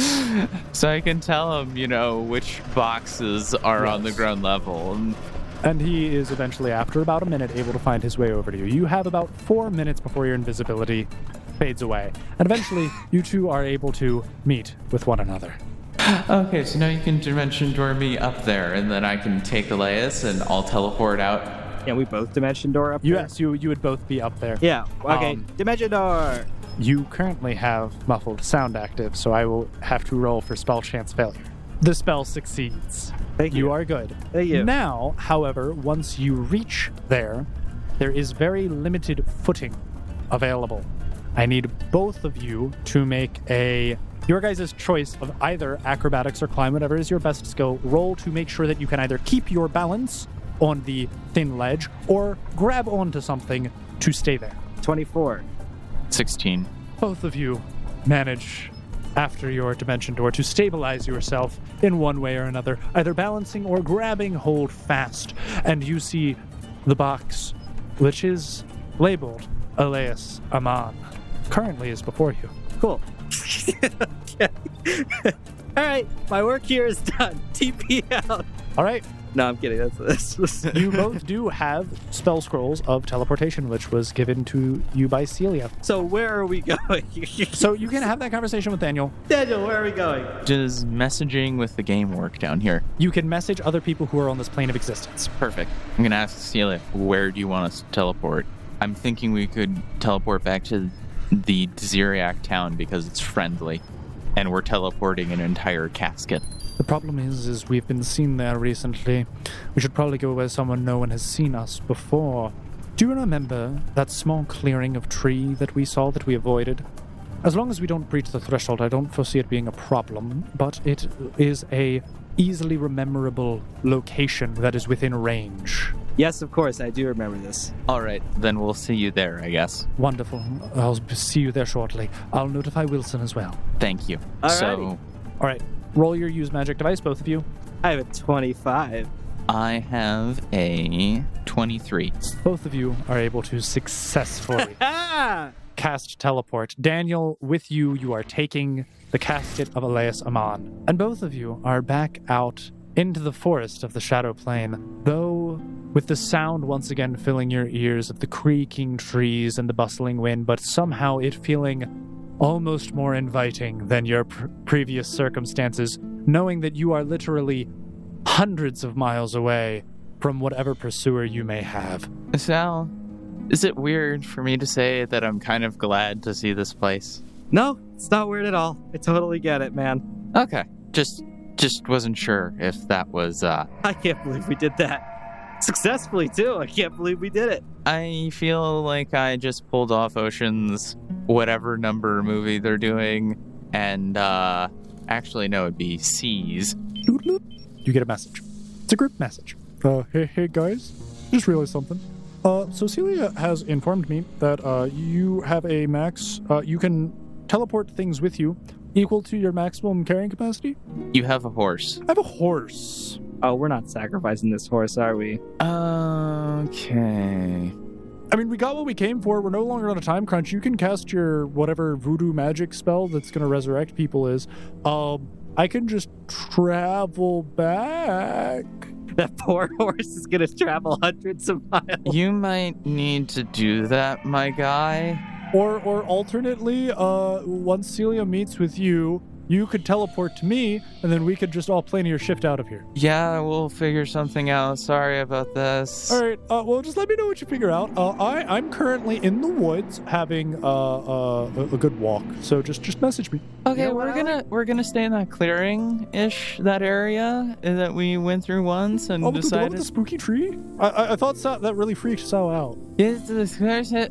A: So I can tell him, you know, which boxes are on the ground level. And
E: And he is eventually, after about a minute, able to find his way over to you. You have about four minutes before your invisibility fades away. And eventually, you two are able to meet with one another.
A: Okay, so now you can dimension door me up there, and then I can take Elias and I'll teleport out.
B: Can we both dimension door up? there?
E: Yes, you, you would both be up there.
B: Yeah. Okay.
E: Um,
B: dimension door.
E: You currently have muffled sound active, so I will have to roll for spell chance failure. The spell succeeds.
B: Thank you.
E: You are good.
B: Thank you.
E: Now, however, once you reach there, there is very limited footing available. I need both of you to make a your guys' choice of either acrobatics or climb, whatever is your best skill, roll to make sure that you can either keep your balance on the thin ledge or grab onto something to stay there
B: 24.
A: 16.
E: both of you manage after your dimension door to stabilize yourself in one way or another, either balancing or grabbing hold fast. And you see the box, which is labeled Elias Aman, currently is before you.
B: Cool. okay. All right. My work here is done. TP out.
E: All right,
B: No, I'm kidding. That's this. Was...
E: you both do have spell scrolls of teleportation, which was given to you by Celia.
B: So where are we going?
E: So you can have that conversation with Daniel.
B: Daniel, where are we going?
A: Does messaging with the game work down here?
E: You can message other people who are on this plane of existence.
A: Perfect. I'm going to ask Celia, where do you want us to teleport? I'm thinking we could teleport back to the Ziriac town because it's friendly, and we're teleporting an entire casket.
E: The problem is, is we've been seen there recently. We should probably go where someone no one has seen us before. Do you remember that small clearing of tree that we saw that we avoided? As long as we don't breach the threshold, I don't foresee it being a problem, but it is a easily rememberable location that is within range.
B: Yes, of course, I do remember this.
A: All right, then we'll see you there, I guess.
F: Wonderful. I'll see you there shortly. I'll notify Wilson as well.
A: Thank you. So
F: All right. Roll your use magic device, both of you.
B: I have a 25.
A: I have a 23.
F: Both of you are able to successfully
B: Ah!
F: cast teleport. Daniel, with you, you are taking the casket of Elias Aman. And both of you are back out into the forest of the Shadow Plane, though with the sound once again filling your ears of the creaking trees and the bustling wind, but somehow it feeling almost more inviting than your pr- previous circumstances, knowing that you are literally hundreds of miles away from whatever pursuer you may have.
A: Sal, is it weird for me to say that I'm kind of glad to see this place?
B: No, it's not weird at all. I totally get it, man.
A: Okay, just just wasn't sure if that was uh
B: I can't believe we did that. Successfully, too. I can't believe we did it.
A: I feel like I just pulled off Ocean's whatever number movie they're doing and uh actually no it'd be C's.
F: you get a message. It's a group message. Uh, hey, hey guys, just realized something. Uh, so Celia has informed me that uh, you have a max. Uh, you can teleport things with you equal to your maximum carrying capacity.
A: You have a horse.
F: I have a horse.
B: Oh, we're not sacrificing this horse, are we?
A: Okay.
F: I mean, we got what we came for. We're no longer on a time crunch. You can cast your whatever voodoo magic spell that's going to resurrect people is. Um, I can just travel back.
B: That poor horse is going to travel hundreds of miles.
A: You might need to do that, my guy.
F: Or, or alternately, uh, once Celia meets with you, you could teleport to me, and then we could just all plane your shift out of here.
A: Yeah, we'll figure something out. Sorry about this.
F: All right. Uh, well, just let me know what you figure out. Uh, I, I'm currently in the woods having uh, uh, a, a good walk, so just just message me.
A: Okay, we're gonna we're gonna stay in that clearing ish that area eh, that we went through once and
F: Oh, but the one with
A: decided
F: the spooky tree? I, I, I thought so, that really freaked Sal out.
A: it's the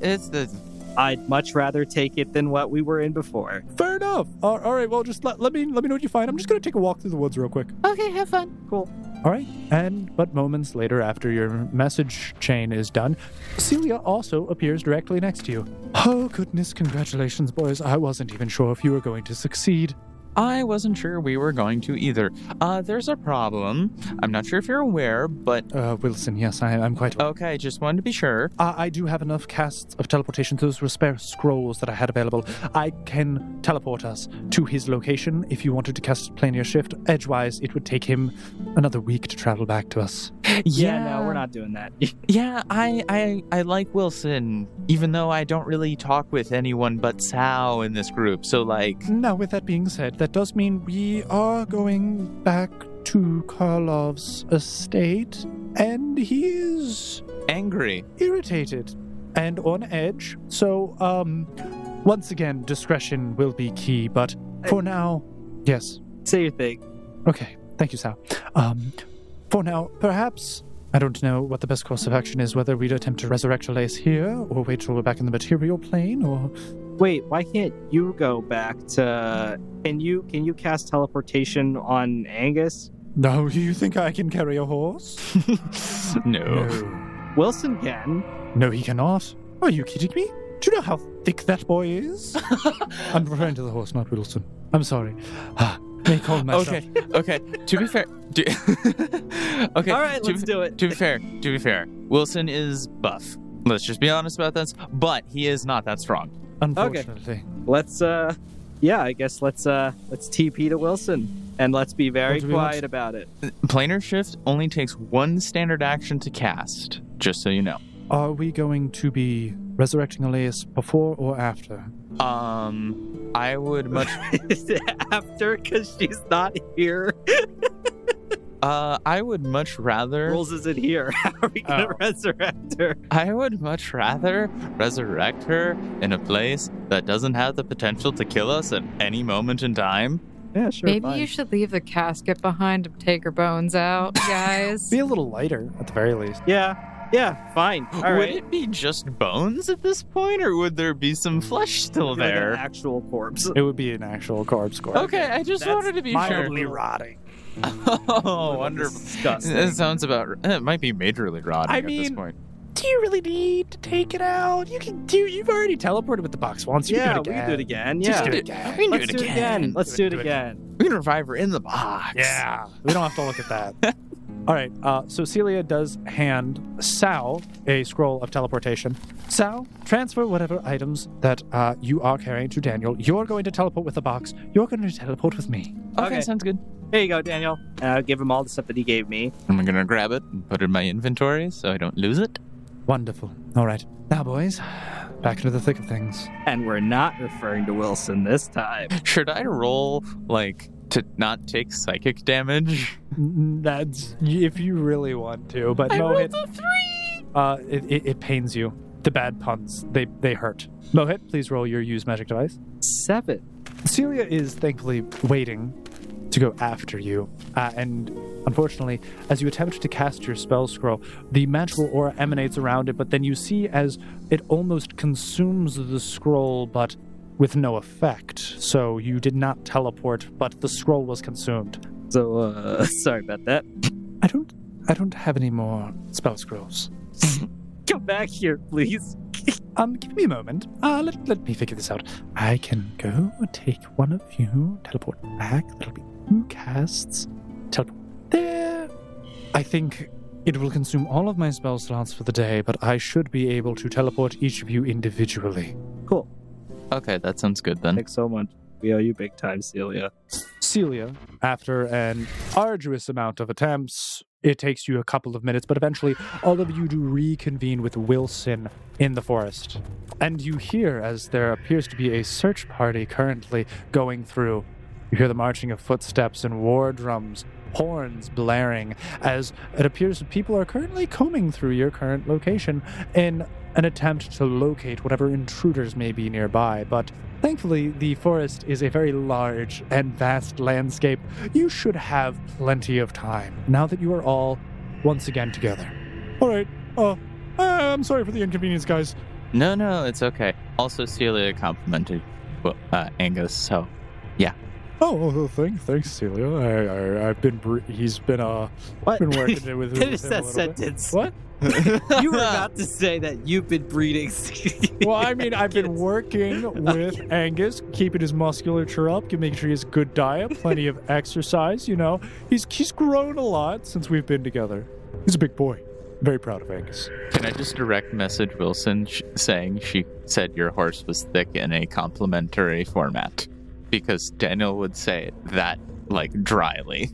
A: it's the
B: I'd much rather take it than what we were in before.
F: Fair enough. Uh, all right. Well, just let, let me let me know what you find. I'm just gonna take a walk through the woods real quick.
C: Okay, have fun.
F: All right. And but moments later, after your message chain is done, Celia also appears directly next to you. Oh goodness! Congratulations, boys. I wasn't even sure if you were going to succeed.
A: I wasn't sure we were going to either. Uh, there's a problem. I'm not sure if you're aware, but
F: Uh, Wilson. Yes, I, I'm quite.
A: okay, just wanted to be sure.
F: I, I do have enough casts of teleportation. Those were spare scrolls that I had available. I can teleport us to his location if you wanted to cast Planar Shift. Edgewise, it would take him another week to travel back to us.
B: Yeah, no, we're not doing that.
A: Yeah, I, I, I like Wilson, even though I don't really talk with anyone but Sal in this group. So like,
F: Now, with that being said, that does mean we are going back to Karlov's estate, and he is
A: angry.
F: irritated and on edge. So, um, once again, discretion will be key, but for now, yes.
B: Say your thing.
F: Okay, thank you, Sal. Um, for now, perhaps I don't know what the best course of action is. Whether we'd attempt to resurrect Elias here, or wait till we're back in the material plane, or
B: Wait, why can't you go back to? Can you can you cast teleportation on Angus?
F: no? You think I can carry a horse?
A: no.
B: Wilson can.
F: no, he cannot. Are you kidding me? Do you know how thick that boy is? I'm referring to the horse, not Wilson. I'm sorry. Ah, May call myself.
A: Okay, okay. To be fair, to, okay.
B: All right,
A: to
B: let's
A: be-
B: do it.
A: To be fair, to be fair, Wilson is buff. Let's just be honest about this. But he is not that strong.
F: Unfortunately,
B: Let's uh, yeah, I guess let's uh, let's TP to Wilson and let's be very
F: What do we want?
B: quiet about it.
A: Planar shift only takes one standard action to cast. Just so you know.
F: are we going to be resurrecting Elias before or after?
A: Um, I would much.
B: After, because she's not here.
A: Uh, I would much rather.
B: Rules isn't here. How are we gonna
F: Oh.
B: resurrect her?
A: I would much rather resurrect her in a place that doesn't have the potential to kill us at any moment in time.
B: Yeah, sure.
C: Maybe
B: fine.
C: you should leave the casket behind and take her bones out, guys.
F: Be a little lighter, at the very least.
B: Yeah, yeah, fine. All
A: would
B: right.
A: it be just bones at this point, or would there be some flesh still
B: Like an
A: there?
B: actual corpse.
F: It would be an actual carb score.
A: Okay, I just
B: That's
A: wanted to be sure.
G: Mildly rotting.
A: Oh, wonderful.
B: Disgusting.
A: That sounds about. It might be majorly rotting
H: I
A: at this
H: mean-
A: point.
H: Do you really need to take it out? You can do. You've already teleported with the box once. You
B: yeah,
H: can do it
B: we
H: again.
B: can do it again.
H: Just
B: Yeah.
H: do it again.
A: We can
B: Let's do it again. Let's do it again.
A: We can revive her in the box.
H: Yeah.
F: We don't have to look at that. All right. Uh, so Celia does hand Sal a scroll of teleportation. Sal, transfer whatever items that uh, you are carrying to Daniel. You're going to teleport with the box. You're going to teleport with me.
A: Okay,
B: Okay.
A: sounds good.
B: Here you go, Daniel. And I'll give him all the stuff that he gave me.
A: I'm gonna grab it and put it in my inventory so I don't lose it.
F: Wonderful. All right. Now, boys, back into the thick of things.
B: And we're not referring to Wilson this time.
A: Should I roll like to not take psychic damage?
F: N- That's if you really want to, but Mohit, uh, it, it, it pains you. The bad puns they they hurt. Mohit, please roll your use magic device.
B: Seven.
F: Celia is thankfully waiting to go after you. Uh, and unfortunately, as you attempt to cast your spell scroll, the magical aura emanates around it, but then you see as it almost consumes the scroll, but with no effect. So you did not teleport, but the scroll was consumed.
B: So, uh, sorry about that.
F: I don't. I don't have any more spell scrolls.
B: Come back here, please.
F: Um, give me a moment. Uh, let, let me figure this out. I can go take one of you, teleport back. That'll be two casts. Teleport there. I think it will consume all of my spell slots for the day, but I should be able to teleport each of you individually.
B: Cool.
A: Okay, that sounds good then.
B: Thanks so much. We owe you big time, Celia.
F: Celia, after an arduous amount of attempts, it takes you a couple of minutes, but eventually all of you do reconvene with Wilson in the forest. And you hear, as there appears to be a search party currently going through, you hear the marching of footsteps and war drums, horns blaring, as it appears that people are currently combing through your current location in an attempt to locate whatever intruders may be nearby. But Thankfully, the forest is a very large and vast landscape. You should have plenty of time now that you are all once again together. All right. Uh, I'm sorry for the inconvenience, guys.
A: No, no, it's okay. Also, Celia complimented well, uh, Angus, so
F: Oh, oh thanks, thanks, Celia. I, I, I've been. Br- he's been uh,
B: What?
F: been working it with, with
B: Finish
F: him
B: that
F: a little bit.
B: sentence.
F: What?
B: you were about to say that you've been breeding.
F: Well, I mean, I've been working with Angus, keeping his musculature up, making sure he has good diet, plenty of exercise. You know, he's he's grown a lot since we've been together. He's a big boy. Very proud of Angus.
A: can I just direct message Wilson sh- saying she said your horse was thick in a complimentary format? Because Daniel would say that like dryly.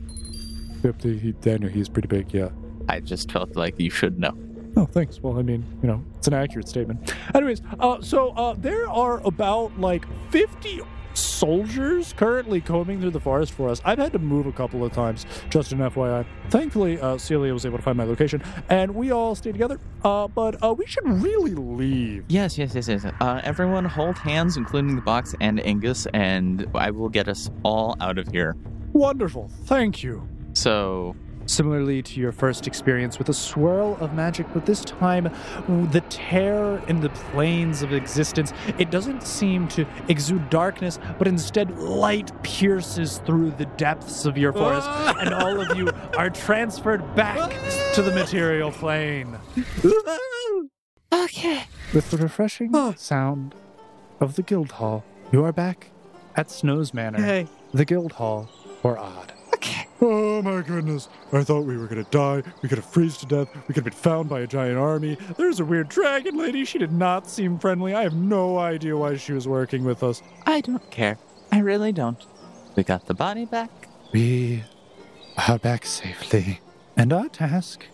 F: Yep, the- he, Daniel, he's pretty big. Yeah.
A: I just felt like you should know.
F: Oh, thanks. Well, I mean, you know, it's an accurate statement. Anyways, uh, so uh, there are about like 50 soldiers currently combing through the forest for us. I've had to move a couple of times, just an FYI. Thankfully, uh, Celia was able to find my location, and we all stay together. Uh, but uh, we should really leave.
A: Yes, yes, yes, yes. Uh, everyone hold hands, including the box and Angus, and I will get us all out of here.
F: Wonderful. Thank you.
A: So,
F: Similarly to your first experience with a swirl of magic, but this time the terror in the planes of existence, it doesn't seem to exude darkness, but instead light pierces through the depths of your forest, and all of you are transferred back to the material plane.
I: Okay.
F: With the refreshing sound of the guild hall, you are back at Snow's Manor,
B: Hey.
F: the guild hall, or odd.
E: Oh my goodness. I thought we were going to die. We could have freeze to death.
F: We could have been found by a giant army. There's a weird dragon lady. She did not seem friendly. I have no idea why she was working with us.
A: I don't care. I really don't. We got the body back.
F: We are back safely, and our task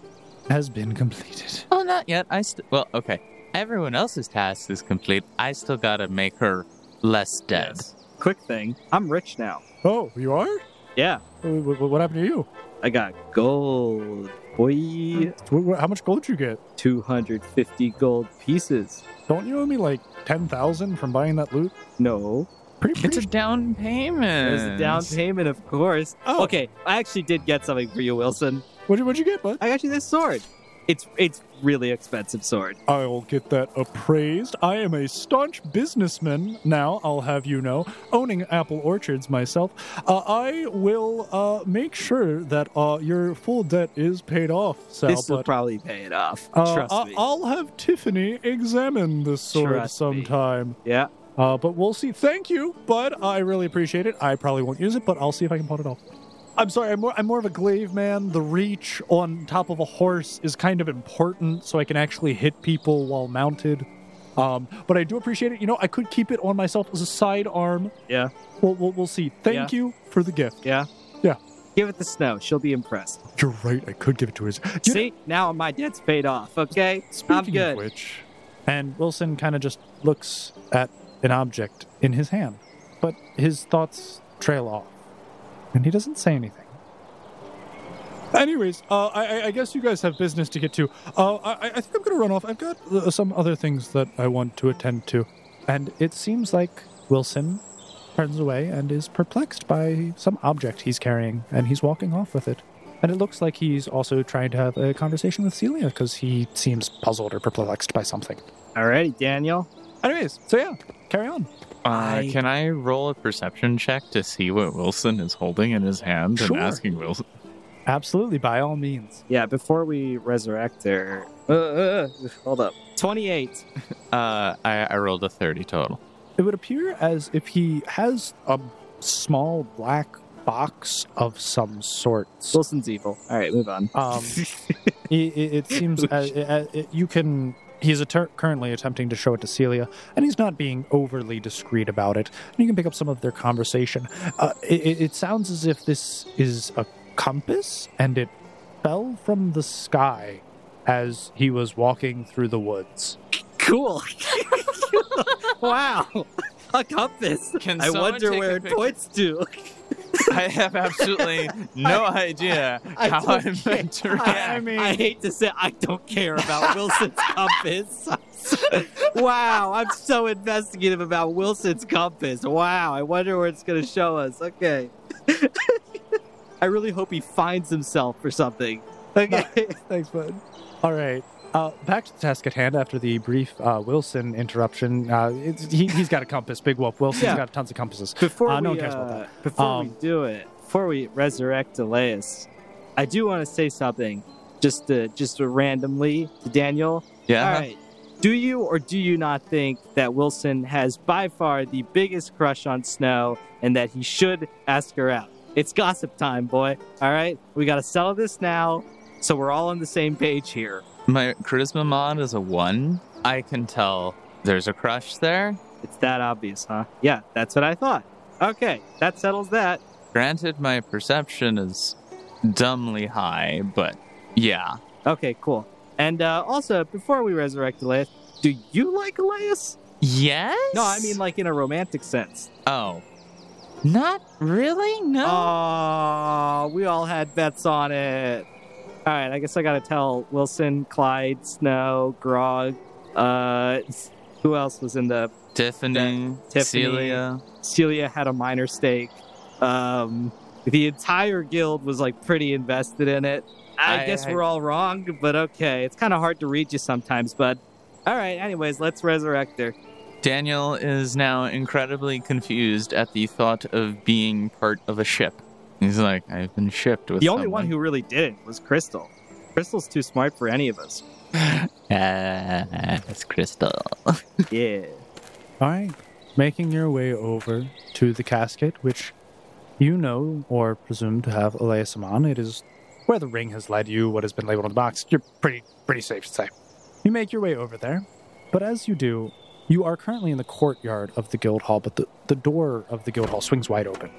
F: has been completed.
A: Oh, not yet. I st- well, okay. Everyone else's task is complete. I still gotta make her less dead.
B: Quick thing. I'm rich now.
F: Oh, you are? Uh,
B: Yeah.
F: Wh- wh- What happened to you?
B: I got gold. Boy,
F: Wh- wh- How much gold did you get?
B: 250 gold pieces.
F: Don't you owe me like ten thousand from buying that loot?
B: No.
F: Pretty,
A: It's
F: pretty
A: a down payment.
B: There's a down payment, of course.
F: Oh.
B: Okay, I actually did get something for you, Wilson.
F: What'd you, what'd you get, bud?
B: I got you this sword. It's it's really expensive sword.
F: I'll get that appraised. I am a staunch businessman now, I'll have you know, owning apple orchards myself. Uh, I will uh, make sure that uh, your full debt is paid off, Sal.
B: This will
F: but,
B: probably pay it off.
F: uh,
B: Trust
F: I-
B: me.
F: I'll have Tiffany examine this sword
B: Trust me.
F: sometime.
B: yeah.
F: Uh, but we'll see. Thank you, but I really appreciate it. I probably won't use it, but I'll see if I can pawn it off. I'm sorry, I'm more, I'm more of a glaive man. The reach on top of a horse is kind of important, so I can actually hit people while mounted. Um, but I do appreciate it. You know, I could keep it on myself as a sidearm.
B: Yeah.
F: We'll, we'll, we'll see. Thank you for the gift.
B: Yeah.
F: Yeah.
B: Give it to Snow. She'll be impressed.
F: You're right. I could give it to his. You
B: See, now my debt's paid off. Okay,
F: Speaking
B: I'm good.
F: of which, and Wilson kind of just looks at an object in his hand, but his thoughts trail off, and he doesn't say anything. Anyways, uh, I, I- I guess you guys have business to get to. Uh, I, I- I think I'm going to run off. I've got uh, some other things that I want to attend to, and it seems like Wilson turns away and is perplexed by some object he's carrying, and he's walking off with it. And it looks like he's also trying to have a conversation with Celia because he seems puzzled or perplexed by something.
B: Alrighty, Daniel.
F: Anyways, so yeah, carry on.
A: Uh,
B: I-
A: Can I roll a perception check to see what Wilson is holding in his hand
F: Sure.
A: and asking Wilson?
F: Absolutely, by all means.
B: Yeah, before we resurrect her. Uh, uh, hold up. 28.
A: Uh, I, I rolled a 30 total.
F: It would appear as if he has a small black box of some sort.
B: Wilson's evil. All right, move on.
F: Um, it, it, it seems uh, uh, uh, you can. He's atter- currently attempting to show it to Celia, and he's not being overly discreet about it. And you can pick up some of their conversation. Uh, it, it- it sounds as if this is a compass, and it fell from the sky as he was walking through the woods.
B: Cool. wow. A compass.
A: Can
B: I wonder where it points to.
A: I have absolutely no idea
B: I
A: how
B: don't
A: I'm
B: care.
A: meant to
B: I,
A: react.
B: mean, I hate to say I don't care about Wilson's compass. wow, I'm so investigative about Wilson's compass. Wow, I wonder where it's going to show us. Okay. I really hope he finds himself or something. Okay.
F: Thanks, bud. All right. Uh, back to the task at hand after the brief uh, Wilson interruption. Uh, it's, he, he's got a compass, Big Whoop. Wilson's
B: Yeah.
F: got tons of compasses.
B: Before
F: Uh,
B: we,
F: no one cares about
B: uh, Before we
F: Um,
B: do it, before we resurrect Elias, I do want to say something just to, just to randomly to Daniel.
A: Yeah.
B: All right. Do you or do you not think that Wilson has by far the biggest crush on Snow and that he should ask her out? It's gossip time, boy. All right. We got to settle this now so we're all on the same page here.
A: My charisma mod is a one. I can tell there's a crush there.
B: It's that obvious, huh? Yeah, that's what I thought. Okay. That settles that.
A: Granted, my perception is dumbly high, but yeah.
B: Okay, cool. And uh, also, before we resurrect Elias, do you like Elias?
A: Yes?
B: No, I mean like in a romantic sense.
A: Oh. Not really? No.
B: Uh, Oh, we all had bets on it. All right, I guess I gotta tell Wilson, Clyde, Snow, Grog, uh, who else was in the?
A: Tiffany,
B: Tiffany.
A: Celia.
B: Celia had a minor stake. Um, the entire guild was like pretty invested in it. I,
A: I-
B: guess
A: I-
B: we're all wrong, but okay. It's kind of hard to read you sometimes, but all right. Anyways, let's resurrect her.
A: Daniel is now incredibly confused at the thought of being part of a ship. He's like, I've been shipped with
B: The only
A: someone."
B: one who really did it was Crystal. Crystal's too smart for any of us.
A: Ah, that's Crystal.
B: yeah.
F: All right. Making your way over to the casket, which you know or presume to have Elias Amon. It is where the ring has led you, what has been labeled on the box. You're pretty, pretty safe to say. You make your way over there, but as you do, you are currently in the courtyard of the guild hall, but the, the door of the guild hall swings wide open.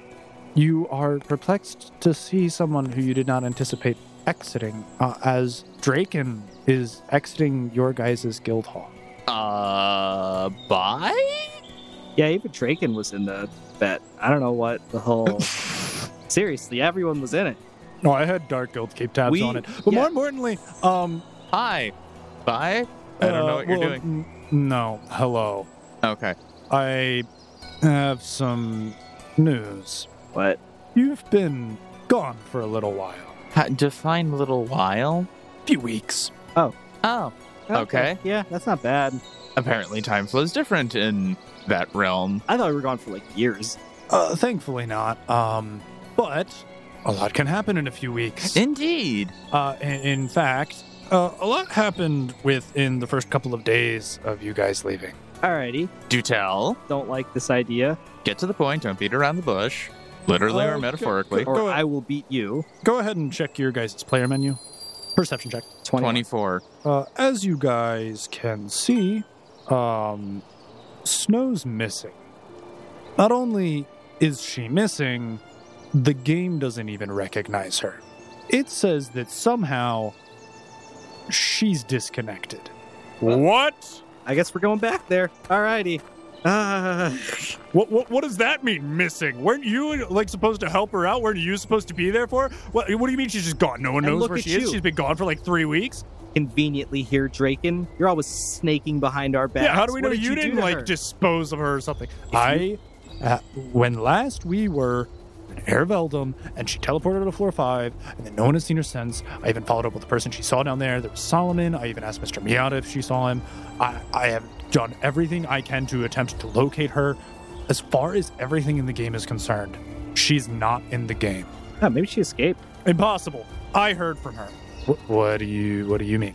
F: You are perplexed to see someone who you did not anticipate exiting, uh, as Draken is exiting your guys' guild hall.
A: Uh, bye?
B: Yeah, even Draken was in the bet. I don't know what the whole. Seriously, everyone was in it.
F: No, I had Dark Guild keep tabs
B: We-
F: on it. But
B: yeah.
F: more importantly, um,
A: Hi. Bye? I don't know
F: uh,
A: what you're
F: well,
A: doing.
F: n- no, hello.
A: Okay.
F: I have some news.
B: What?
F: You've been gone for a little while.
A: Ha- define little while.
F: Few weeks.
B: Oh.
A: Oh. Okay.
B: Yeah, that's not bad.
A: Apparently, time flows different in that realm.
B: I thought we were gone for like years.
F: Uh, thankfully not. Um, but a lot can happen in a few weeks.
B: Eh.
A: Indeed.
F: Uh, in, in fact, uh, a lot happened within the first couple of days of you guys leaving.
B: Alrighty.
A: Do tell.
B: Don't like this idea,
A: Get to the point. Don't beat around the bush. Literally
F: Uh,
A: or
F: go-
A: metaphorically.
F: go-
B: or I will beat you.
F: Go ahead and check your guys' player menu. Perception check.
B: 20.
A: 24.
F: Uh, as you guys can see, um, Snow's missing. Not only is she missing, the game doesn't even recognize her. It says that somehow she's disconnected.
H: What?
B: I guess we're going back there. Alrighty. Uh,
H: What, what what does that mean missing? Weren't you like supposed to help her out? Weren't you supposed to be there for? her? What what do you mean she's just gone? No one
B: And
H: knows
B: look
H: where
B: at
H: she
B: you.
H: is. She's been gone for like three weeks.
B: conveniently here, Draken. You're always snaking behind our backs.
H: Yeah, how do we
B: What
H: know
B: did
H: you,
B: do
H: didn't
B: to
H: like
B: her?
H: dispose of her or something?
F: I, uh, when last we were in Air Veldum and she teleported to floor five, and then no one has seen her since. I even followed up with the person she saw down there. There was Solomon. I even asked Mr. Miata if she saw him. I, I have done everything I can to attempt to locate her. As far as everything in the game is concerned, she's not in the game.
B: Yeah, Oh, maybe she escaped.
F: Impossible. I heard from her. What, what do you What do you mean?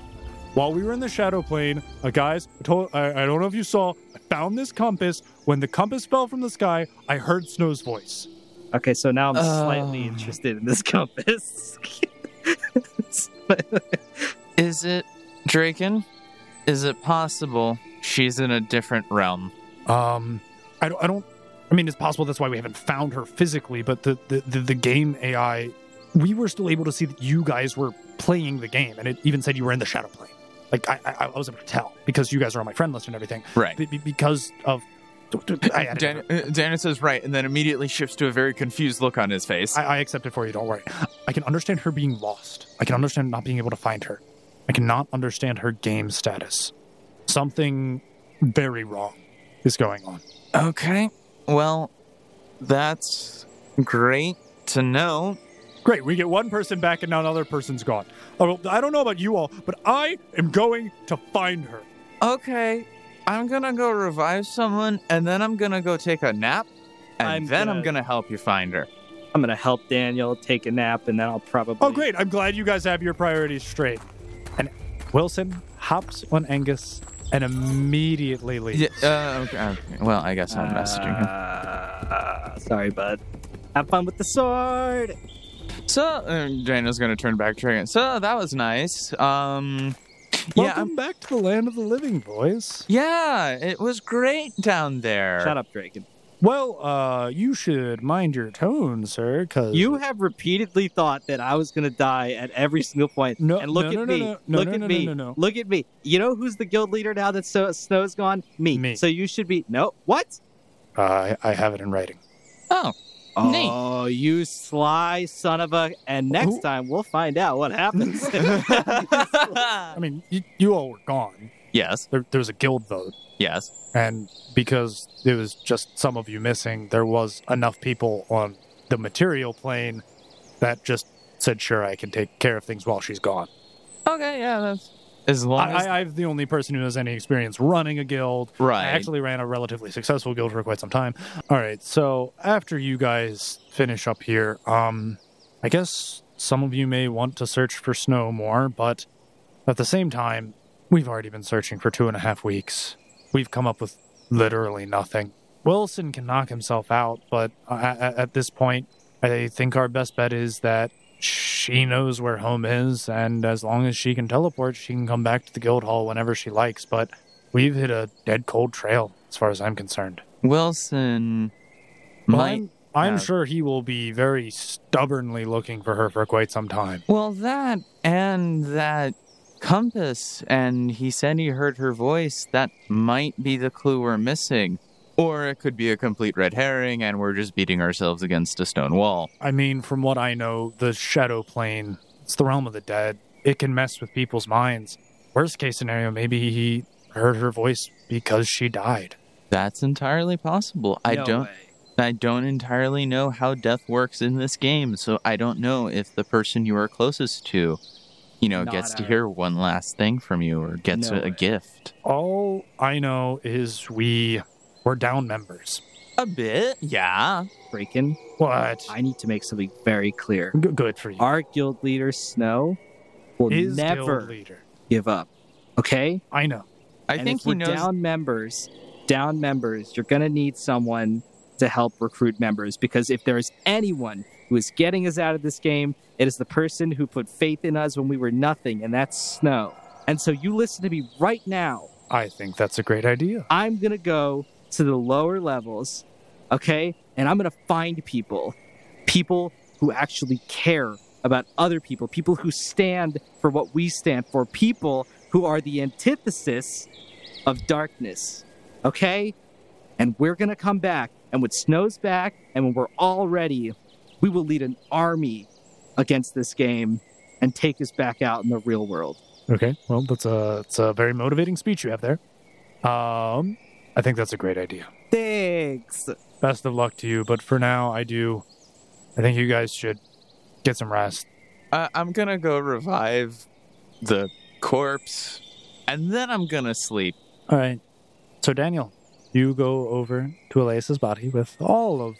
F: While we were in the shadow plane, uh, guys, I, told, I, I don't know if you saw, I found this compass. When the compass fell from the sky, I heard Snow's voice.
B: Okay, so now I'm slightly
A: Um.
F: Uh.
B: interested in this compass.
A: Is it Draken? Is it possible she's in a different realm?
F: Um, I don't, I don't. I mean, it's possible that's why we haven't found her physically, but the the, the the game AI, we were still able to see that you guys were playing the game, and it even said you were in the shadow plane. Like I, I, I was able to tell because you guys are on my friend list and everything.
A: Right.
F: Be- be- because of. I, I,
A: Dan- uh, Daniel says right, and then immediately shifts to a very confused look on his face.
F: I, I accept it for you. Don't worry. I can understand her being lost. I can understand not being able to find her. I cannot understand her game status. Something very wrong is going on.
A: okay. Well, that's great to know.
F: Great, we get one person back and now another person's gone. Oh, I don't know about you all, but I am going to find her.
A: Okay, I'm gonna go revive someone, and then I'm gonna go take a nap, and
B: I'm
A: then I'm
B: gonna-
A: gonna help you find her.
B: I'm gonna help Daniel take a nap, and then I'll probably.
F: Oh, great. I'm glad you guys have your priorities straight. And Wilson hops on Angus and immediately leaves.
A: Yeah, uh, okay, okay. Well, I guess I'm messaging him.
B: Uh, sorry, bud. Have fun with the sword.
A: So uh, Daniel's gonna turn back to Dragon. So that was nice. Um, yeah,
F: Welcome
A: I'm-
F: back to the land of the living, boys.
A: yeah, it was great down there.
B: Shut up, Draken.
F: Well, uh, you should mind your tone, sir, because
B: You have repeatedly thought that I was gonna die at every single point.
F: No,
B: and look
F: no,
B: at
F: no, no,
B: me.
F: no, no,
B: look
F: no,
B: at
F: no,
B: me.
F: no, no.
B: Look at me. You know who's the guild leader now that so- Snow's gone? Me.
F: Me.
B: So you should be. No. What?
F: uh, I, I have it in writing.
A: Oh, Nate.
B: Oh, you sly son of a! And next
F: Who-
B: time we'll find out what happens.
F: I mean, you, you all were gone.
A: yes,
F: There, there was a guild vote.
A: yes.
F: And because it was just some of you missing, there was enough people on the material plane that just said, sure, I can take care of things while she's gone.
A: Okay, yeah, that's as long
F: I,
A: as
F: I, I'm the only person who has any experience running a guild.
A: right.
F: I actually ran a relatively successful guild for quite some time. All right, so after you guys finish up here, um, I guess some of you may want to search for snow more, but at the same time, we've already been searching for two and a half weeks. We've come up with literally nothing. Wilson can knock himself out, but at, at this point, I think our best bet is that she knows where home is, and as long as she can teleport, she can come back to the guild hall whenever she likes. But we've hit a dead cold trail, as far as I'm concerned.
A: Wilson
F: Well,
A: might.
F: I'm, I'm
A: yeah.
F: sure he will be very stubbornly looking for her for quite some time.
A: Well, that and that compass, and he said he heard her voice. That might be the clue we're missing. Or it could be a complete red herring, and we're just beating ourselves against a stone wall.
F: I mean, from what I know, the shadow plane, it's the realm of the dead. It can mess with people's minds. Worst case scenario, maybe he heard her voice because she died.
A: That's entirely possible. I
B: No
A: don't.
B: way.
A: I don't entirely know how death works in this game, so I don't know if the person you are closest to you know,
B: Not
A: gets to
B: our-
A: hear one last thing from you or gets
B: No
A: a, a
B: way.
A: gift.
F: All I know is we were down members.
A: A bit, yeah.
B: Breakin,
F: What?
B: I need to make something very clear.
F: G- good for you.
B: Our guild leader, Snow, will
F: Is guild
B: never
F: leader.
B: give up. Okay?
F: I know.
A: I
B: and
A: think
B: if
A: he
B: we're
A: knows.
B: down members, down members, you're gonna need someone to help recruit members because if there is anyone who is getting us out of this game, it is the person who put faith in us when we were nothing, and that's Snow. And so you listen to me right now.
F: I think that's a great idea.
B: I'm gonna go to the lower levels, okay? And I'm gonna find people, people who actually care about other people, people who stand for what we stand for, people who are the antithesis of darkness, okay? And we're gonna come back, and when Snow's back, and when we're all ready, we will lead an army against this game and take us back out in the real world.
F: Okay. Well, that's a it's a very motivating speech you have there. Um, I think that's a great idea.
B: Thanks.
F: Best of luck to you, but for now, I do. I think you guys should get some rest.
A: Uh, I'm gonna go revive the corpse, and then I'm gonna sleep.
F: All right. So Daniel, you go over to Elias's body with all of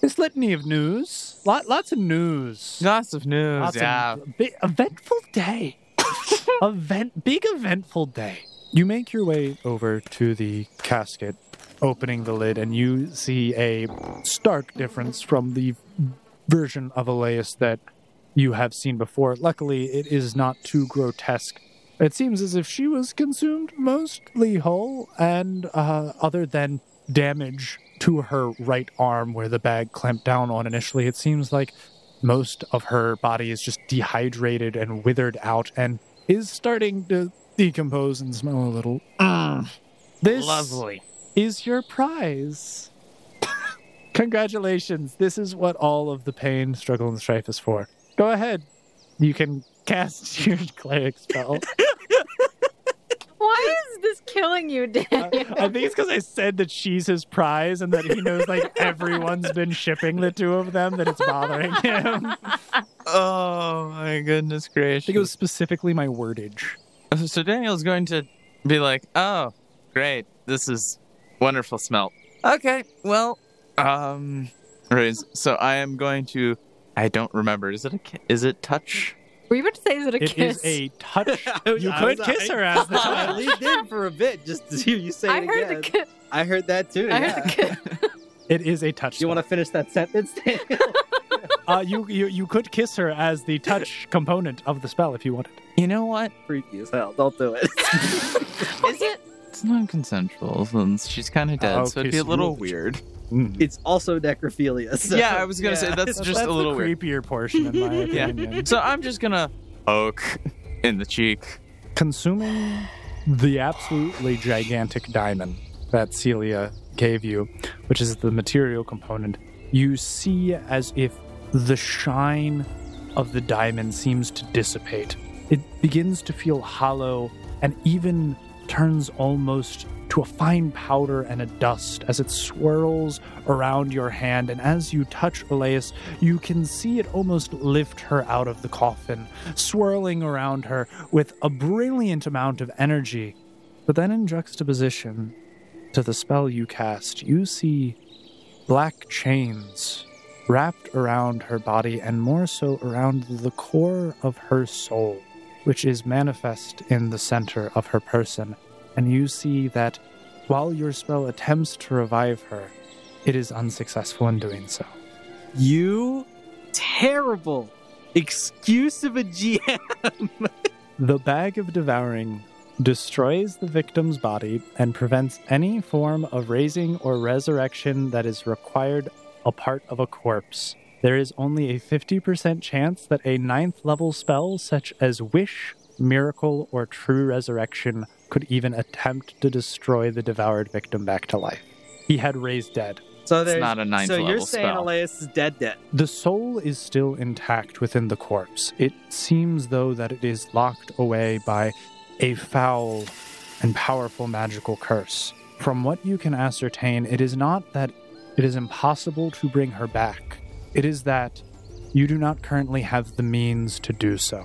F: this litany of news. Lot, lots of news.
A: Lots of news,
F: Lots of-
A: yeah.
F: bi- eventful day. Event, big eventful day. You make your way over to the casket, opening the lid, and you see a stark difference from the version of Elias that you have seen before. Luckily, it is not too grotesque. It seems as if she was consumed mostly whole, and uh, other than damage to her right arm where the bag clamped down on initially, it seems like most of her body is just dehydrated and withered out and is starting to decompose and smell a little. This
G: Lovely.
F: is your prize. Congratulations. This is what all of the pain, struggle, and strife is for. Go ahead. You can cast your cleric spell.
C: Why is this killing you,
F: I
C: Daniel?
F: I think it's because I said that she's his prize and that he knows like everyone's been shipping the two of them that it's bothering him. I
A: Oh my goodness gracious!
F: think it was specifically my wordage.
A: So Daniel's going to be like, "Oh, great! This is wonderful smell." Okay, well, um, right. So I am going to. I don't remember. Is it a? ki- Is it touch?
C: Were you about to say is it a
F: It
C: kiss?
F: is a touch.
B: I was-
F: You
B: I
F: could
B: was-
F: kiss
B: I-
F: her as the
B: I
F: touch.
B: leaned in for a bit just to hear you say
C: I
B: it
C: heard
B: again.
C: the kiss.
B: I heard that too.
C: I
B: yeah.
C: heard the kiss.
F: It is a touch.
B: Do you want to finish that sentence? Dan?
F: spell. uh, you, you you could kiss her as the touch component of the spell if you wanted.
A: You know what?
B: Freaky as hell. Don't do it.
C: Is it?
A: It's non-consensual. Since she's kind of dead, so it'd be
F: Okay,
A: a
F: so
A: little
F: you'll-
A: weird.
B: it's also necrophilia. So.
A: yeah, I was gonna say
B: yeah.
A: that's just
F: That's
A: a
F: the
A: little weird.
F: creepier portion in my
A: Yeah.
F: opinion.
A: So I'm just gonna poke in the cheek.
F: consuming the absolutely gigantic diamond that Celia gave you, which is the material component, you see as if the shine of the diamond seems to dissipate. It begins to feel hollow and even turns almost to a fine powder and a dust as it swirls around your hand. And as you touch Elias, you can see it almost lift her out of the coffin, swirling around her with a brilliant amount of energy. But then, in juxtaposition to the spell you cast, you see black chains wrapped around her body and more so around the core of her soul, which is manifest in the center of her person. And you see that while your spell attempts to revive her, it is unsuccessful in doing so.
B: You terrible excuse of a GM.
F: The bag of devouring destroys the victim's body and prevents any form of raising or resurrection that is required a part of a corpse. There is only a 50% chance that a ninth level spell such as wish, miracle, or true resurrection could even attempt to destroy the devoured victim back to life. He had raised dead.
B: So
A: It's
B: there's
A: not a ninth
B: So you're
A: level
B: saying
A: spell.
B: Elias is dead dead.
F: The soul is still intact within the corpse. It seems, though, that it is locked away by a foul and powerful magical curse. From what you can ascertain, it is not that it is impossible to bring her back, it is that you do not currently have the means to do so.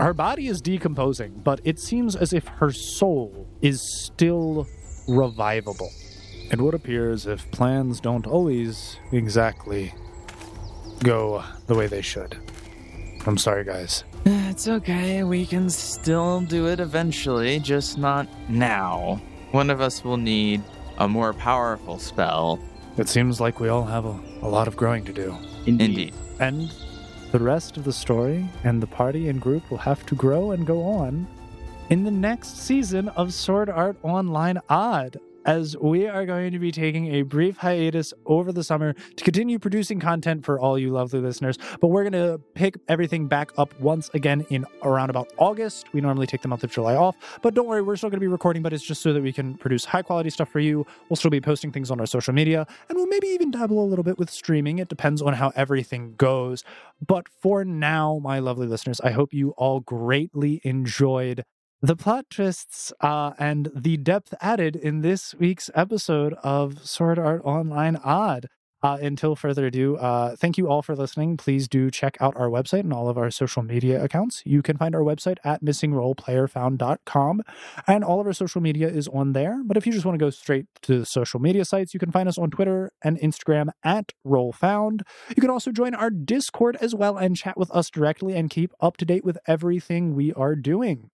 F: Her body is decomposing, but it seems as if her soul is still revivable. And what appears if plans don't always exactly go the way they should. I'm sorry, guys.
A: It's okay. We can still do it eventually, just not now. One of us will need a more powerful spell.
F: It seems like we all have a, a lot of growing to do.
A: Indeed.
F: And the rest of the story and the party and group will have to grow and go on in the next season of Sword Art Online Odd, as we are going to be taking a brief hiatus over the summer to continue producing content for all you lovely listeners. But we're going to pick everything back up once again in around about August. We normally take the month of July off, but don't worry, we're still going to be recording, but it's just so that we can produce high quality stuff for you. We'll still be posting things on our social media, and we'll maybe even dabble a little bit with streaming. It depends on how everything goes. But for now, my lovely listeners, I hope you all greatly enjoyed the plot twists uh, and the depth added in this week's episode of Sword Art Online Odd. Uh, until further ado, uh, thank you all for listening. Please do check out our website and all of our social media accounts. You can find our website at missingroleplayerfound.com, and all of our social media is on there. But if you just want to go straight to the social media sites, you can find us on Twitter and Instagram at rollfound. You can also join our Discord as well and chat with us directly and keep up to date with everything we are doing.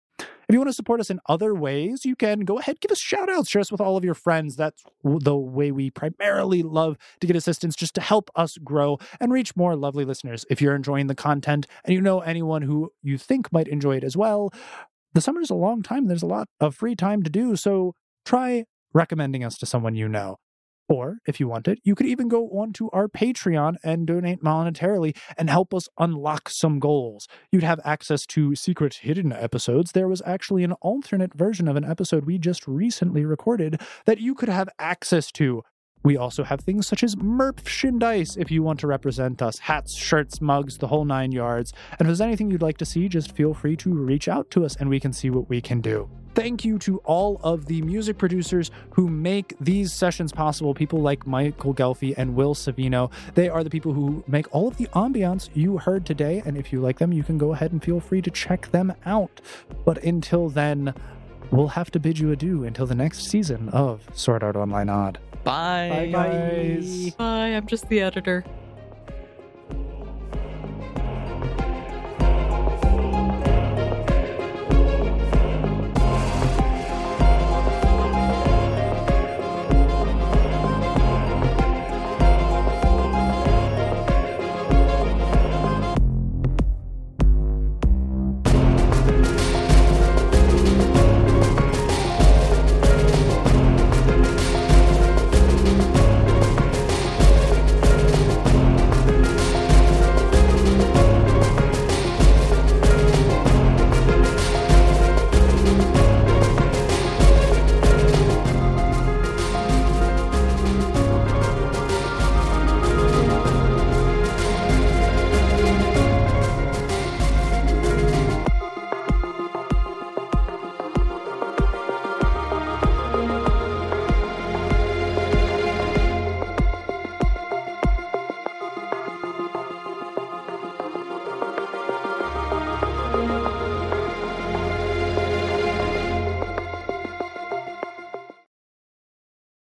F: If you want to support us in other ways, you can go ahead, give us shout outs, share us with all of your friends. That's w- the way we primarily love to get assistance just to help us grow and reach more lovely listeners. If you're enjoying the content and you know anyone who you think might enjoy it as well, the summer is a long time. There's a lot of free time to do. So try recommending us to someone you know. Or if you want it, you could even go onto our Patreon and donate monetarily and help us unlock some goals. You'd have access to secret hidden episodes. There was actually an alternate version of an episode we just recently recorded that you could have access to. We also have things such as merchandise if you want to represent us hats, shirts, mugs, the whole nine yards. And if there's anything you'd like to see, just feel free to reach out to us and we can see what we can do. Thank you to all of the music producers who make these sessions possible. People like Michael Gelfi and Will Savino. They are the people who make all of the ambiance you heard today. And if you like them, you can go ahead and feel free to check them out. But until then, we'll have to bid you adieu until the next season of Sword Art Online Odd.
A: Bye.
F: Bye, guys.
C: Bye, I'm just the editor.